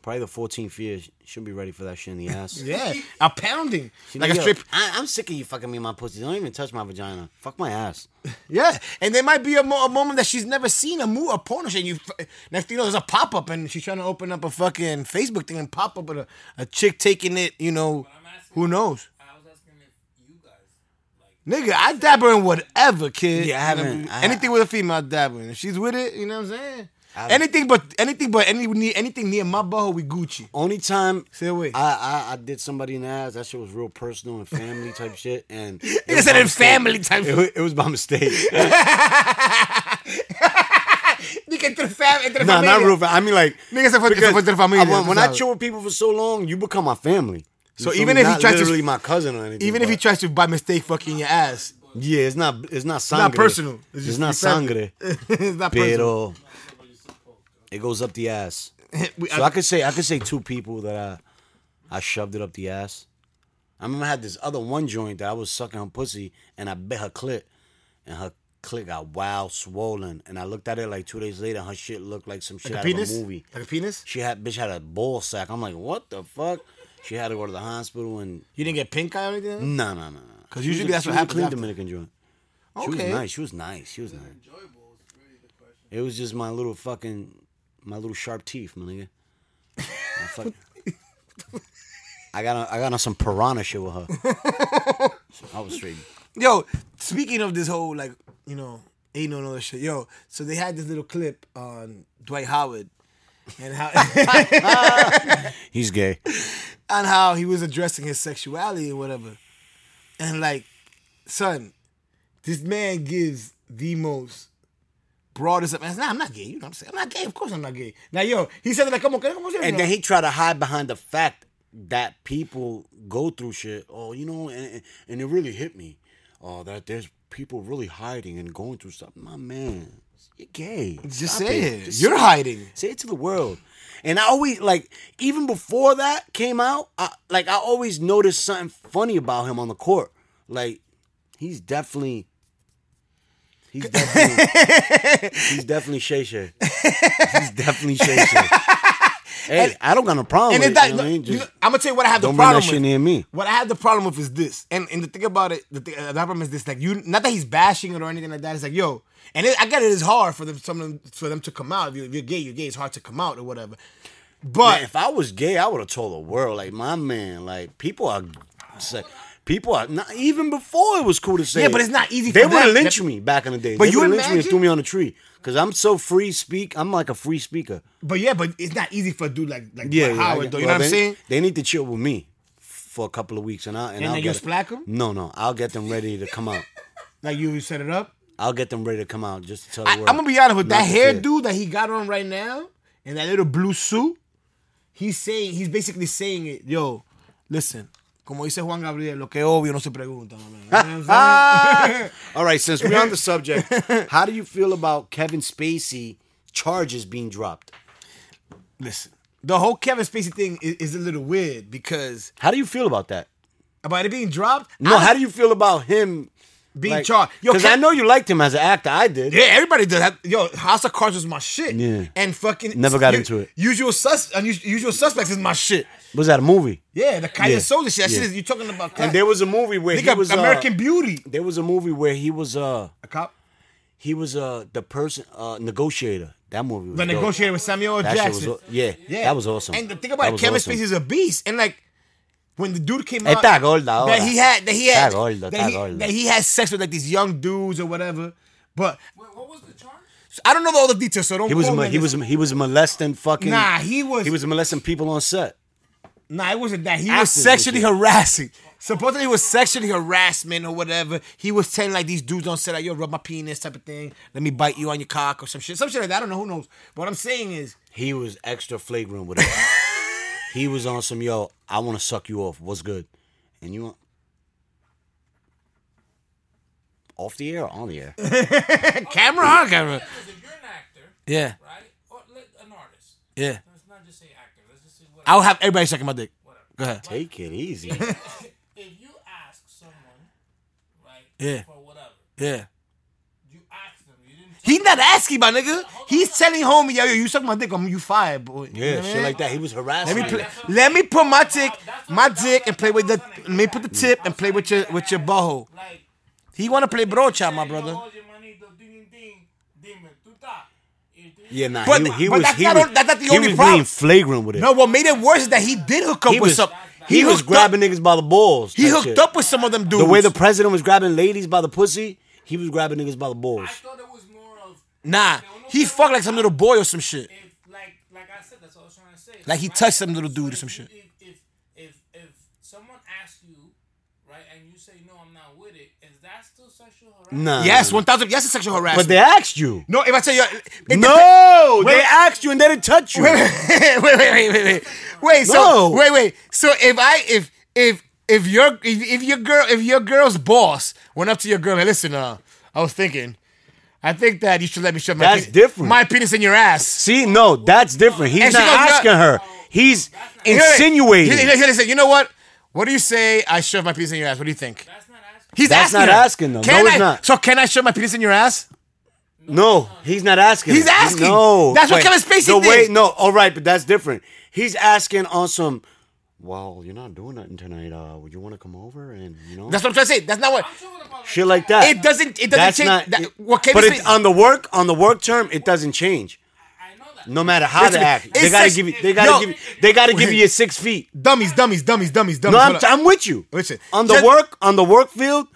[SPEAKER 1] probably the 14th year, sh- should be ready for that shit in the ass.
[SPEAKER 2] yeah, a pounding,
[SPEAKER 1] You know,
[SPEAKER 2] like a
[SPEAKER 1] yo,
[SPEAKER 2] strip.
[SPEAKER 1] I, I'm sick of you fucking me in my pussy. Don't even touch my vagina. Fuck my ass.
[SPEAKER 2] Yeah, and there might be a, mo- a moment that she's never seen a move, a porno shit. You f- next thing you know, there's a pop up, and she's trying to open up a fucking Facebook thing and pop up with a, a chick taking it. You know,
[SPEAKER 3] I'm asking.
[SPEAKER 2] who knows,
[SPEAKER 3] I was asking if you guys like.
[SPEAKER 2] nigga? I dabble in whatever, kid.
[SPEAKER 1] Yeah, I haven't- I-
[SPEAKER 2] anything with a female I dabble in. If she's with it, you know what I'm saying.
[SPEAKER 1] haven't-
[SPEAKER 2] Anything but anything but any anything near my butthole, we Gucci.
[SPEAKER 1] Only time
[SPEAKER 2] Say away.
[SPEAKER 1] I, I I did somebody in the ass. That shit was real personal and family type shit. And it
[SPEAKER 2] Nigga
[SPEAKER 1] was
[SPEAKER 2] said
[SPEAKER 1] by
[SPEAKER 2] in
[SPEAKER 1] mistake.
[SPEAKER 2] family type.
[SPEAKER 1] It, wa- it was by mistake.
[SPEAKER 2] Nigga, entre fam, entre
[SPEAKER 1] no, not
[SPEAKER 2] familia.
[SPEAKER 1] real. fam- I mean, like
[SPEAKER 2] Nigga, se fue- se
[SPEAKER 1] because
[SPEAKER 2] fue entre familia,
[SPEAKER 1] I- when, when
[SPEAKER 2] tú
[SPEAKER 1] I
[SPEAKER 2] sabes.
[SPEAKER 1] chill with people for so long, you become my family. You
[SPEAKER 2] So
[SPEAKER 1] feel
[SPEAKER 2] even
[SPEAKER 1] me?
[SPEAKER 2] if he
[SPEAKER 1] Not
[SPEAKER 2] tries to-
[SPEAKER 1] literally my cousin or anything,
[SPEAKER 2] Even if he
[SPEAKER 1] but-
[SPEAKER 2] tries to by mistake fucking your ass,
[SPEAKER 1] yeah, it's not it's not sangre.
[SPEAKER 2] not personal.
[SPEAKER 1] It's,
[SPEAKER 2] just
[SPEAKER 1] not
[SPEAKER 2] family.
[SPEAKER 1] sangre,
[SPEAKER 2] it's not
[SPEAKER 1] pero
[SPEAKER 2] personal.
[SPEAKER 1] it goes up the ass.
[SPEAKER 2] We-
[SPEAKER 1] So I could say I could say two people that I I shoved it up the ass. I remember I had this other one joint that I was sucking her pussy and I bit her clit and her clit got wild swollen and I looked at it like two days later and her shit looked like some shit
[SPEAKER 2] Like a
[SPEAKER 1] out
[SPEAKER 2] penis?
[SPEAKER 1] of a movie.
[SPEAKER 2] Like a penis?
[SPEAKER 1] She had bitch had a ball sack. I'm like, what the fuck? She had to go to the hospital and
[SPEAKER 2] You didn't get pink eye or anything?
[SPEAKER 1] no no no.
[SPEAKER 2] 'Cause usually that's what
[SPEAKER 1] happened.
[SPEAKER 2] happens
[SPEAKER 1] Clean
[SPEAKER 2] after.
[SPEAKER 1] Dominican joint. She
[SPEAKER 2] Okay.
[SPEAKER 1] was nice. She was nice. She was nice.
[SPEAKER 3] enjoyable is really the question.
[SPEAKER 1] It was just my little fucking, my little sharp teeth, my nigga. I, fuck- I got on, I got on some piranha shit with her. I was straight.
[SPEAKER 2] Yo, speaking of this whole like, you know, ain't no other shit. Yo, so they had this little clip on Dwight Howard and how
[SPEAKER 1] He's gay.
[SPEAKER 2] on how he was addressing his sexuality and whatever. And like, son, this man gives the most broadest up. Nah, I'm not gay. You know what I'm saying? I'm not gay. Of course I'm not gay. Now, yo, he said it like, come on, come on,
[SPEAKER 1] And then he tried to hide behind the fact that people go through shit. Oh, you know, and, and it really hit me. Oh, that there's people really hiding and going through stuff. My man, you're gay.
[SPEAKER 2] just
[SPEAKER 1] Stop
[SPEAKER 2] say it.
[SPEAKER 1] Just
[SPEAKER 2] You're
[SPEAKER 1] say
[SPEAKER 2] hiding.
[SPEAKER 1] Say it to the world. And I always like even before that came out, I, like I always noticed something funny about him on the court. Like he's definitely he's definitely he's definitely Shay Shay. He's definitely Shay Shay. Hey, I don't got no problem
[SPEAKER 2] And
[SPEAKER 1] with
[SPEAKER 2] it's
[SPEAKER 1] it. you
[SPEAKER 2] not,
[SPEAKER 1] know what I mean? Just
[SPEAKER 2] I'm gonna tell you what I have
[SPEAKER 1] don't
[SPEAKER 2] the
[SPEAKER 1] bring that
[SPEAKER 2] problem
[SPEAKER 1] shit
[SPEAKER 2] with.
[SPEAKER 1] near me.
[SPEAKER 2] What I have the problem with is this, and and the thing about it, the, thing, uh, the problem is this, like you, not that he's bashing it or anything like that. It's like yo, and it, I get it is hard for them, some of them, for them to come out. If, you, if you're gay, you're gay. It's hard to come out or whatever. But
[SPEAKER 1] Man, if I was gay, I would have told the world, like my man, like people are, say, people are not even before it was cool to say.
[SPEAKER 2] Yeah,
[SPEAKER 1] it,
[SPEAKER 2] but it's not easy
[SPEAKER 1] They
[SPEAKER 2] for
[SPEAKER 1] would have
[SPEAKER 2] them.
[SPEAKER 1] lynched
[SPEAKER 2] That-
[SPEAKER 1] me back in the day. But
[SPEAKER 2] But
[SPEAKER 1] they
[SPEAKER 2] you
[SPEAKER 1] you lynched me and
[SPEAKER 2] imagine-
[SPEAKER 1] threw me on a tree because I'm so free speak. I'm like a free speaker.
[SPEAKER 2] But yeah, but it's not easy for a dude like like
[SPEAKER 1] Yeah,
[SPEAKER 2] Dwight
[SPEAKER 1] yeah, I
[SPEAKER 2] Howard
[SPEAKER 1] get-
[SPEAKER 2] though. You
[SPEAKER 1] well,
[SPEAKER 2] know what
[SPEAKER 1] they,
[SPEAKER 2] I'm saying?
[SPEAKER 1] They need to chill with me for a couple of weeks, and I and,
[SPEAKER 2] And
[SPEAKER 1] I'll
[SPEAKER 2] then
[SPEAKER 1] get
[SPEAKER 2] you splack 'em?
[SPEAKER 1] No, no, I'll get them ready to come out.
[SPEAKER 2] Like you, you set it up.
[SPEAKER 1] I'll get them ready to come out just to tell the
[SPEAKER 2] I, am
[SPEAKER 1] world.
[SPEAKER 2] gonna be honest with
[SPEAKER 1] Not
[SPEAKER 2] that
[SPEAKER 1] to
[SPEAKER 2] hairdo
[SPEAKER 1] kid.
[SPEAKER 2] that he got on right now and that little blue suit. he's saying he's basically saying it. Yo, listen. Como dice Juan Gabriel, lo que obvio no se pregunta, my man. You know what I'm saying?
[SPEAKER 1] All right, since we're on the subject, how do you feel about Kevin Spacey charges being dropped?
[SPEAKER 2] listen, the whole Kevin Spacey thing is, is a little weird because
[SPEAKER 1] How do you feel about that?
[SPEAKER 2] about it being dropped.
[SPEAKER 1] No,
[SPEAKER 2] I-
[SPEAKER 1] how do you feel about him
[SPEAKER 2] Being charged. Yo,
[SPEAKER 1] Because I
[SPEAKER 2] Kev-
[SPEAKER 1] know you liked him as an actor. I did.
[SPEAKER 2] Yeah, everybody does. that. Yo, House of Cards was my shit.
[SPEAKER 1] Yeah.
[SPEAKER 2] And fucking
[SPEAKER 1] Never got into it.
[SPEAKER 2] Usual sus Unus- usual suspects is my shit.
[SPEAKER 1] Was that a movie?
[SPEAKER 2] Yeah, the Kaya
[SPEAKER 1] Yeah.
[SPEAKER 2] Soul shit. That shit
[SPEAKER 1] Yeah.
[SPEAKER 2] is you talking about
[SPEAKER 1] And there was a movie where he
[SPEAKER 2] Nigga,
[SPEAKER 1] was uh,
[SPEAKER 2] American Beauty.
[SPEAKER 1] There was a movie where he was uh
[SPEAKER 2] A cop.
[SPEAKER 1] he was uh the person uh negotiator. That movie was
[SPEAKER 2] The
[SPEAKER 1] dope.
[SPEAKER 2] negotiator with Samuel L.
[SPEAKER 1] That shit was
[SPEAKER 2] Jackson.
[SPEAKER 1] aw- yeah,
[SPEAKER 2] yeah.
[SPEAKER 1] that was awesome.
[SPEAKER 2] And the thing
[SPEAKER 1] That
[SPEAKER 2] about it,
[SPEAKER 1] was
[SPEAKER 2] Kevin
[SPEAKER 1] awesome.
[SPEAKER 2] Spacey is a beast. And like when the dude came out
[SPEAKER 1] Está gorda ahora.
[SPEAKER 2] that he had that he had
[SPEAKER 1] Está gorda,
[SPEAKER 2] that,
[SPEAKER 1] está
[SPEAKER 2] he,
[SPEAKER 1] gorda.
[SPEAKER 2] that he had sex with like these young dudes or whatever. But
[SPEAKER 3] Wait, what was the charge?
[SPEAKER 2] I don't know all the details, so don't.
[SPEAKER 1] He was
[SPEAKER 2] quote me
[SPEAKER 1] mo-
[SPEAKER 2] on
[SPEAKER 1] he
[SPEAKER 2] this.
[SPEAKER 1] was he was molesting fucking.
[SPEAKER 2] Nah, he was-
[SPEAKER 1] he was molesting people on set.
[SPEAKER 2] Nah, it wasn't that. He was
[SPEAKER 1] Actors and
[SPEAKER 2] sexually
[SPEAKER 1] shit.
[SPEAKER 2] harassing. Supposedly, it was sexually harassment or whatever. He was telling like these dudes on set, like, "Yo, rub my penis," type of thing. Let me bite you on your cock or some shit, some shit like that. I don't know. Who knows? But what I'm saying is,
[SPEAKER 1] He was extra flagrant with it. he was on some yo. I want to suck you off. What's good? And you want off the air or on the air?
[SPEAKER 2] camera on camera.
[SPEAKER 3] Because if you're an actor,
[SPEAKER 2] Yeah,
[SPEAKER 3] right, or let, an artist,
[SPEAKER 2] yeah.
[SPEAKER 3] let's not just say actor. Let's just say whatever.
[SPEAKER 2] I'll have everybody sucking my dick.
[SPEAKER 3] whatever.
[SPEAKER 2] Go ahead.
[SPEAKER 1] Take it easy.
[SPEAKER 3] If you ask someone, right,
[SPEAKER 2] Yeah.
[SPEAKER 3] for whatever,
[SPEAKER 2] Yeah.
[SPEAKER 3] you ask them. You didn't.
[SPEAKER 2] He's not asking, my nigga. He's telling homie, yo, yo, you suck my dick, I'm you fired, boy. You know
[SPEAKER 1] Yeah,
[SPEAKER 2] what I
[SPEAKER 1] shit
[SPEAKER 2] mean?
[SPEAKER 1] like that. He was harassing.
[SPEAKER 2] Let me
[SPEAKER 1] you.
[SPEAKER 2] play, let me put my dick, my dick, and play with the. Let me put the tip and play with your with your butthole.
[SPEAKER 3] Like,
[SPEAKER 2] He wanna play brocha,
[SPEAKER 3] say,
[SPEAKER 2] my
[SPEAKER 3] "Yo,
[SPEAKER 2] brother.
[SPEAKER 3] oye, manito, ding, ding, ding, dime, tú estás?" Y tú-
[SPEAKER 1] Yeah, nah.
[SPEAKER 2] But-
[SPEAKER 1] he, he
[SPEAKER 2] but
[SPEAKER 1] was,
[SPEAKER 2] that's
[SPEAKER 1] he
[SPEAKER 2] not
[SPEAKER 1] was,
[SPEAKER 2] on- that's not the
[SPEAKER 1] he
[SPEAKER 2] only
[SPEAKER 1] was
[SPEAKER 2] problem.
[SPEAKER 1] being flagrant with it.
[SPEAKER 2] No, what made it worse is that he did hook up
[SPEAKER 1] he
[SPEAKER 2] with
[SPEAKER 1] was,
[SPEAKER 2] some.
[SPEAKER 1] he, was
[SPEAKER 2] hooked
[SPEAKER 1] grabbing
[SPEAKER 2] Up,
[SPEAKER 1] niggas by the balls.
[SPEAKER 2] he
[SPEAKER 1] type
[SPEAKER 2] hooked
[SPEAKER 1] shit.
[SPEAKER 2] up with some of them dudes.
[SPEAKER 1] The way the president was grabbing ladies by the pussy, he was grabbing niggas by the balls.
[SPEAKER 3] I thought it was more of
[SPEAKER 2] nah, he fucked like some little boy or some shit.
[SPEAKER 3] if like like I said, that's what I was trying to say.
[SPEAKER 2] Like he
[SPEAKER 3] Right?
[SPEAKER 2] touched some little dude or
[SPEAKER 3] if
[SPEAKER 2] some
[SPEAKER 3] you-
[SPEAKER 2] shit.
[SPEAKER 3] If if if, if someone asks you, right, and you say no, I'm not with it, is that still sexual harassment?
[SPEAKER 1] Nah.
[SPEAKER 2] Yes, one thousand. Yes, it's sexual
[SPEAKER 1] But
[SPEAKER 2] harassment.
[SPEAKER 1] they asked you.
[SPEAKER 2] no, if I tell you, it
[SPEAKER 1] No,
[SPEAKER 2] Wait.
[SPEAKER 1] they asked you and they didn't touch you.
[SPEAKER 2] wait, wait, wait, wait, wait. Wait, so
[SPEAKER 1] No.
[SPEAKER 2] wait, wait. So if I if if if your if, if your girl if your girl's boss went up to your girl and listen, uh, I was thinking, I think that you should let me shove my
[SPEAKER 1] That's
[SPEAKER 2] penis-
[SPEAKER 1] different.
[SPEAKER 2] my penis in your ass.
[SPEAKER 1] See, no, that's different. He's
[SPEAKER 2] And she
[SPEAKER 1] not
[SPEAKER 2] goes, "No."
[SPEAKER 1] asking her. He's
[SPEAKER 2] Hear it.
[SPEAKER 1] insinuating.
[SPEAKER 2] He, he, he said, you know what? What do you say? I shove my penis in your ass. What do you think?
[SPEAKER 3] That's not asking.
[SPEAKER 2] He's
[SPEAKER 1] That's
[SPEAKER 2] asking
[SPEAKER 1] not
[SPEAKER 2] her.
[SPEAKER 1] asking, though.
[SPEAKER 2] Can
[SPEAKER 1] No, it's
[SPEAKER 2] I-
[SPEAKER 1] not.
[SPEAKER 2] So can I shove my penis in your ass?
[SPEAKER 1] No, he's not asking.
[SPEAKER 2] He's
[SPEAKER 1] He-
[SPEAKER 2] asking.
[SPEAKER 1] No,
[SPEAKER 2] That's what
[SPEAKER 1] wait.
[SPEAKER 2] Kevin Spacey
[SPEAKER 1] the
[SPEAKER 2] did.
[SPEAKER 1] Way, no, all right, but that's different. He's asking on some. Well, you're not doing nothing tonight. Uh, would you want to come over and you know
[SPEAKER 2] That's what I'm trying to say. That's not what.
[SPEAKER 3] I'm talking about
[SPEAKER 1] shit like that?
[SPEAKER 2] It doesn't. It doesn't
[SPEAKER 1] that's
[SPEAKER 2] change.
[SPEAKER 1] not.
[SPEAKER 2] that,
[SPEAKER 1] it-
[SPEAKER 2] what Kevin
[SPEAKER 1] but
[SPEAKER 2] Spacey?
[SPEAKER 1] it, on the work on the work term, it doesn't change.
[SPEAKER 3] I know that.
[SPEAKER 1] No matter how they
[SPEAKER 2] Listen to me.
[SPEAKER 1] act, they
[SPEAKER 2] It's
[SPEAKER 1] gotta
[SPEAKER 2] sex-
[SPEAKER 1] give you. They gotta
[SPEAKER 2] Yo.
[SPEAKER 1] give. you- They gotta give you your six feet.
[SPEAKER 2] dummies, dummies, dummies, dummies, dummies.
[SPEAKER 1] No,
[SPEAKER 2] Hold
[SPEAKER 1] I'm,
[SPEAKER 2] up.
[SPEAKER 1] I'm with you.
[SPEAKER 2] Listen,
[SPEAKER 1] on the
[SPEAKER 2] just-
[SPEAKER 1] work on the work field.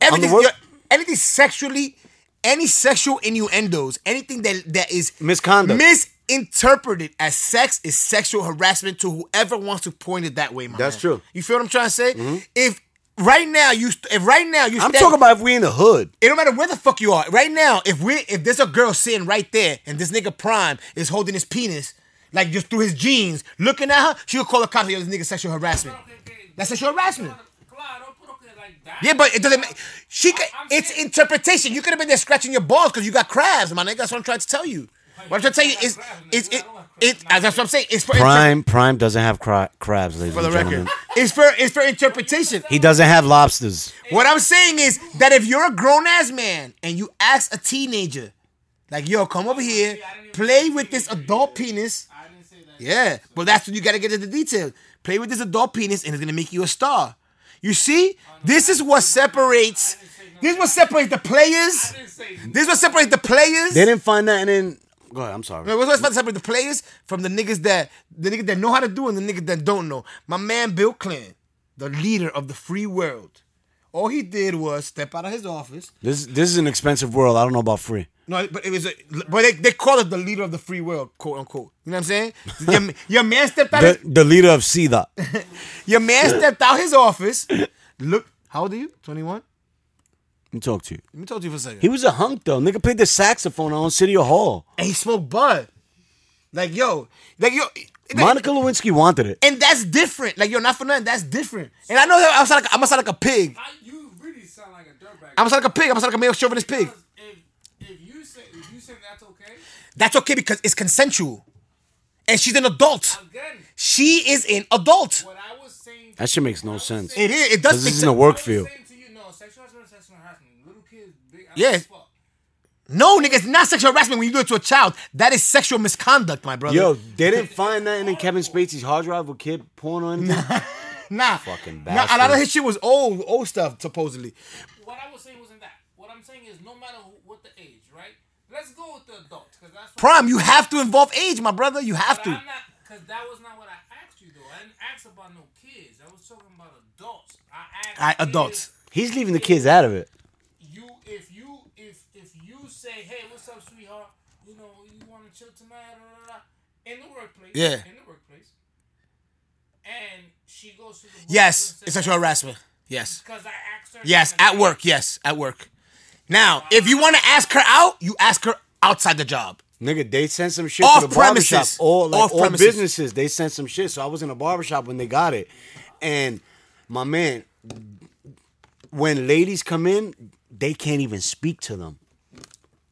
[SPEAKER 2] everything,
[SPEAKER 1] work-
[SPEAKER 2] yo, anything sexually, any sexual innuendos, anything that that is
[SPEAKER 1] Misconduct.
[SPEAKER 2] misinterpreted as sex is sexual harassment to whoever wants to point it that way. My
[SPEAKER 1] That's
[SPEAKER 2] man.
[SPEAKER 1] true. Mm-hmm.
[SPEAKER 2] You feel what I'm trying to say? If right now you, st- if right now you,
[SPEAKER 1] I'm
[SPEAKER 2] stand-
[SPEAKER 1] talking about if we in the hood.
[SPEAKER 2] It don't matter where the fuck you are. Right now, if we if there's a girl sitting right there and this nigga Prime is holding his penis, like just through his jeans, looking at her, she'll call the cops. Yo, this nigga sexual harassment.
[SPEAKER 3] Okay, okay.
[SPEAKER 2] That's sexual harassment.
[SPEAKER 3] Claro, don't put okay like that.
[SPEAKER 2] Yeah, but it doesn't. ma- She, could,
[SPEAKER 3] I'm
[SPEAKER 2] it's
[SPEAKER 3] saying-
[SPEAKER 2] interpretation. You could have been there scratching your balls because you got crabs, my nigga. That's what I'm trying to tell you. What I'm trying to tell you
[SPEAKER 3] I
[SPEAKER 2] is,
[SPEAKER 3] got crabs,
[SPEAKER 2] it's
[SPEAKER 3] nigga. I
[SPEAKER 2] it,
[SPEAKER 3] don't want crabs.
[SPEAKER 2] it. That's what I'm saying. It's for inter-
[SPEAKER 1] Prime Prime doesn't have cra- crabs, ladies
[SPEAKER 2] for the
[SPEAKER 1] and gentlemen.
[SPEAKER 2] record. It's for it's for interpretation.
[SPEAKER 1] He doesn't have lobsters.
[SPEAKER 2] What I'm saying is that if you're a grown ass man and you ask a teenager, like, yo, come over here, play with this adult penis.
[SPEAKER 3] I didn't say that.
[SPEAKER 2] Yeah, but that's when you gotta get into the details. Play with this adult penis, and it's gonna make you a star. You see, this is what separates. This is what separates the players.
[SPEAKER 3] I didn't say
[SPEAKER 2] This is what separates the players.
[SPEAKER 1] They didn't find that, and then go ahead. I'm sorry.
[SPEAKER 2] Wait, What's what's about to separate the players from the niggas that the niggas that know how to do and the niggas that don't know? My man Bill Clinton, the leader of the free world, all he did was step out of his office.
[SPEAKER 1] This this is an expensive world. I don't know about free.
[SPEAKER 2] No, but it was a, but they, they call it the leader of the free world, quote unquote. You know what I'm saying? Your, your man stepped out.
[SPEAKER 1] The
[SPEAKER 2] Of,
[SPEAKER 1] the leader of SIDA.
[SPEAKER 2] your man stepped out his office. Look, how old are you? 21.
[SPEAKER 1] Let me talk to you.
[SPEAKER 2] Let me talk to you for a second.
[SPEAKER 1] He was a hunk though. Nigga played the saxophone on City Hall.
[SPEAKER 2] and he smoked bud. Like yo, like yo,
[SPEAKER 1] Monica Lewinsky wanted it.
[SPEAKER 2] and that's different. Like yo, not for nothing. That's different. And I know that I'm sound like I'm gonna sound like a pig.
[SPEAKER 3] I, you really sound like a dirtbag.
[SPEAKER 2] I'm gonna sound like a pig. I'm gonna sound like a male chauvinist pig.
[SPEAKER 3] Because If, if you say if you say that's okay,
[SPEAKER 2] That's okay because it's consensual, and she's an adult.
[SPEAKER 3] again,
[SPEAKER 2] She is an adult.
[SPEAKER 3] what I was saying.
[SPEAKER 1] That shit makes no sense.
[SPEAKER 2] It is. It
[SPEAKER 1] Because this
[SPEAKER 2] does. Make
[SPEAKER 1] is in a
[SPEAKER 2] sen-
[SPEAKER 1] work
[SPEAKER 3] I was
[SPEAKER 1] field.
[SPEAKER 3] saying to you, no, sexual harassment, is sexual harassment. Little kids, big. I don't
[SPEAKER 2] Yeah.
[SPEAKER 3] give a fuck.
[SPEAKER 2] no, nigga, it's not sexual harassment when you do it to a child. That is sexual misconduct, my brother.
[SPEAKER 1] Yo, they didn't find nothing in Kevin Spacey's hard drive with kid porn or anything.
[SPEAKER 2] nah,
[SPEAKER 1] fucking
[SPEAKER 2] nah. A lot of
[SPEAKER 1] bastard.
[SPEAKER 2] his shit was old, old stuff supposedly.
[SPEAKER 3] What I was saying wasn't that. What I'm saying is, no matter who, what the age, right? Let's go with the adults, because that's what
[SPEAKER 2] Prime, you have to involve age, my brother. You have
[SPEAKER 3] But
[SPEAKER 2] to.
[SPEAKER 3] I'm not, because that was not what I asked you though. I didn't ask about no kids. I was talking about adults. I asked
[SPEAKER 2] I-
[SPEAKER 3] kids,
[SPEAKER 2] adults.
[SPEAKER 1] He's leaving the kids out of it.
[SPEAKER 3] You, if you, if if you say, hey, what's up, sweetheart? You know, you want to chill tonight? Blah, blah, blah, in the workplace.
[SPEAKER 2] Yeah.
[SPEAKER 3] In the workplace. And she goes to the.
[SPEAKER 2] Yes, it's sexual harassment. Yes.
[SPEAKER 3] Because I asked her.
[SPEAKER 2] Yes,
[SPEAKER 3] something.
[SPEAKER 2] at work. Yes, at work. Now, if you want to ask her out, you ask her outside the job.
[SPEAKER 1] Nigga, they sent some shit
[SPEAKER 2] Off
[SPEAKER 1] to the barbershop.
[SPEAKER 2] premises.
[SPEAKER 1] All, like,
[SPEAKER 2] Off
[SPEAKER 1] all
[SPEAKER 2] premises.
[SPEAKER 1] businesses, they sent some shit. So I was in a barbershop when they got it. And my man, when ladies come in, they can't even speak to them.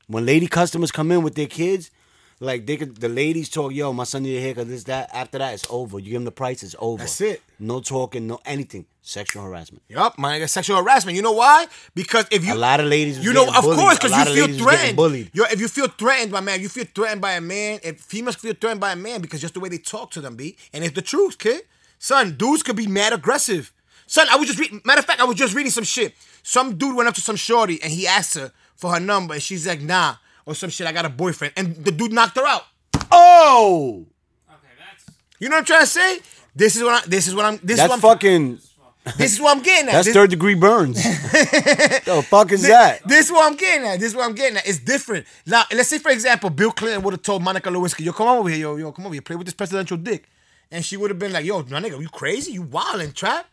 [SPEAKER 1] When lady customers come in with their kids, like they could, the ladies talk, yo, my son need a haircut, this, that. After that, it's over. You give him the price, it's over.
[SPEAKER 2] That's it.
[SPEAKER 1] No talking, no anything. Sexual harassment.
[SPEAKER 2] Yup, my nigga, sexual harassment. You know why? Because if you
[SPEAKER 1] A lot of ladies, was
[SPEAKER 2] you know,
[SPEAKER 1] getting
[SPEAKER 2] of
[SPEAKER 1] bullied.
[SPEAKER 2] course,
[SPEAKER 1] A
[SPEAKER 2] because
[SPEAKER 1] lot
[SPEAKER 2] you
[SPEAKER 1] of
[SPEAKER 2] feel
[SPEAKER 1] ladies was getting
[SPEAKER 2] threatened.
[SPEAKER 1] Bullied.
[SPEAKER 2] Yo, if you feel threatened by a man, you feel threatened by a man. If females feel threatened by a man because just the way they talk to them, b, and it's the truth, kid. Son, dudes could be mad aggressive. Son, I was just reading. Matter of fact, I was just reading some shit. Some dude went up to some shorty and he asked her for her number, and she's like, "Nah," or some shit. I got a boyfriend, and the dude knocked her out.
[SPEAKER 1] Oh,
[SPEAKER 3] Okay, that's.
[SPEAKER 2] You know what I'm trying to say? This is what I, this is what I'm. This is
[SPEAKER 1] that's
[SPEAKER 2] what I'm,
[SPEAKER 1] fucking.
[SPEAKER 2] This is what I'm getting at.
[SPEAKER 1] That's
[SPEAKER 2] This-
[SPEAKER 1] third degree burns. the fuck is
[SPEAKER 2] Thi-
[SPEAKER 1] that?
[SPEAKER 2] This is what I'm getting at. This is what I'm getting at. It's different. Now, let's say, for example, Bill Clinton would have told Monica Lewinsky, yo, come over here, yo, yo, come over here, play with this presidential dick. And she would have been like, yo, my nigga, you crazy? You wild and trap?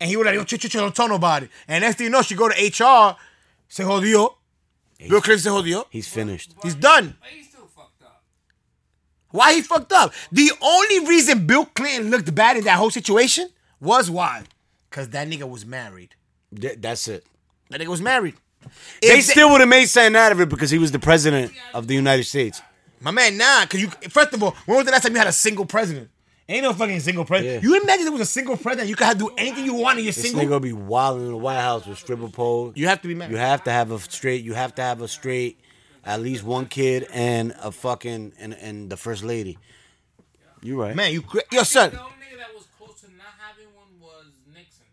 [SPEAKER 2] And he would have, yo, chill, chill, chill, don't tell nobody. And next thing you know, she go to HR, se jodió. Bill Clinton se jodió.
[SPEAKER 1] He's finished.
[SPEAKER 2] He's done.
[SPEAKER 3] But he's still fucked up.
[SPEAKER 2] Why he fucked up? The only reason Bill Clinton looked bad in that whole situation was why? Because that nigga was married.
[SPEAKER 1] Th- that's it.
[SPEAKER 2] That nigga was married.
[SPEAKER 1] They
[SPEAKER 2] If
[SPEAKER 1] still would have made something out of it because he was the president of the United States.
[SPEAKER 2] My man, nah, cause you first of all, when was the last time you had a single president? Ain't no fucking single president.
[SPEAKER 1] Yeah.
[SPEAKER 2] You imagine there was a single president, you could have do anything you want in your
[SPEAKER 1] This
[SPEAKER 2] single.
[SPEAKER 1] nigga gonna be wild in the White House with stripper poles.
[SPEAKER 2] You have to be married.
[SPEAKER 1] You have to have a straight. You have to have a straight, at least one kid and a fucking and and the first lady. You right.
[SPEAKER 2] man, you cra- yo son,
[SPEAKER 3] The only nigga that was close to not having one was Nixon.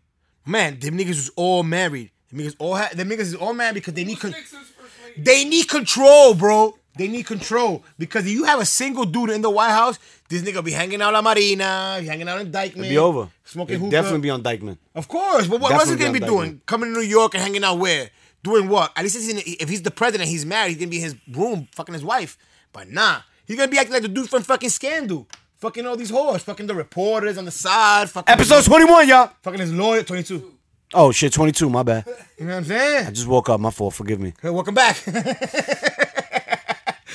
[SPEAKER 2] man, them niggas was all married. Them niggas all ha- them niggas is all married because they need con-
[SPEAKER 3] Nixon's first lady.
[SPEAKER 2] they need control, bro. They need control because if you have a single dude in the White House, this nigga be hanging out at Marina, be hanging out in Dykeman,
[SPEAKER 1] It'd be over.
[SPEAKER 2] smoking
[SPEAKER 1] It'd
[SPEAKER 2] hookah.
[SPEAKER 1] definitely be on Dykeman.
[SPEAKER 2] Of course, but what, what's he
[SPEAKER 1] Definitely
[SPEAKER 2] gonna be
[SPEAKER 1] on
[SPEAKER 2] doing? Coming to New York and hanging out where? Doing what? At least he's in, if he's the president, he's married. He's gonna be in his room, fucking his wife. But nah, he's gonna be acting like the dude from fucking Scandal, fucking all these whores, fucking the reporters on the side, fucking
[SPEAKER 1] Episode twenty one, y'all.
[SPEAKER 2] fucking his lawyer, twenty two.
[SPEAKER 1] Oh shit, twenty two. My bad.
[SPEAKER 2] You know what I'm saying?
[SPEAKER 1] I just woke up. My fault. Forgive me.
[SPEAKER 2] Hey, welcome back.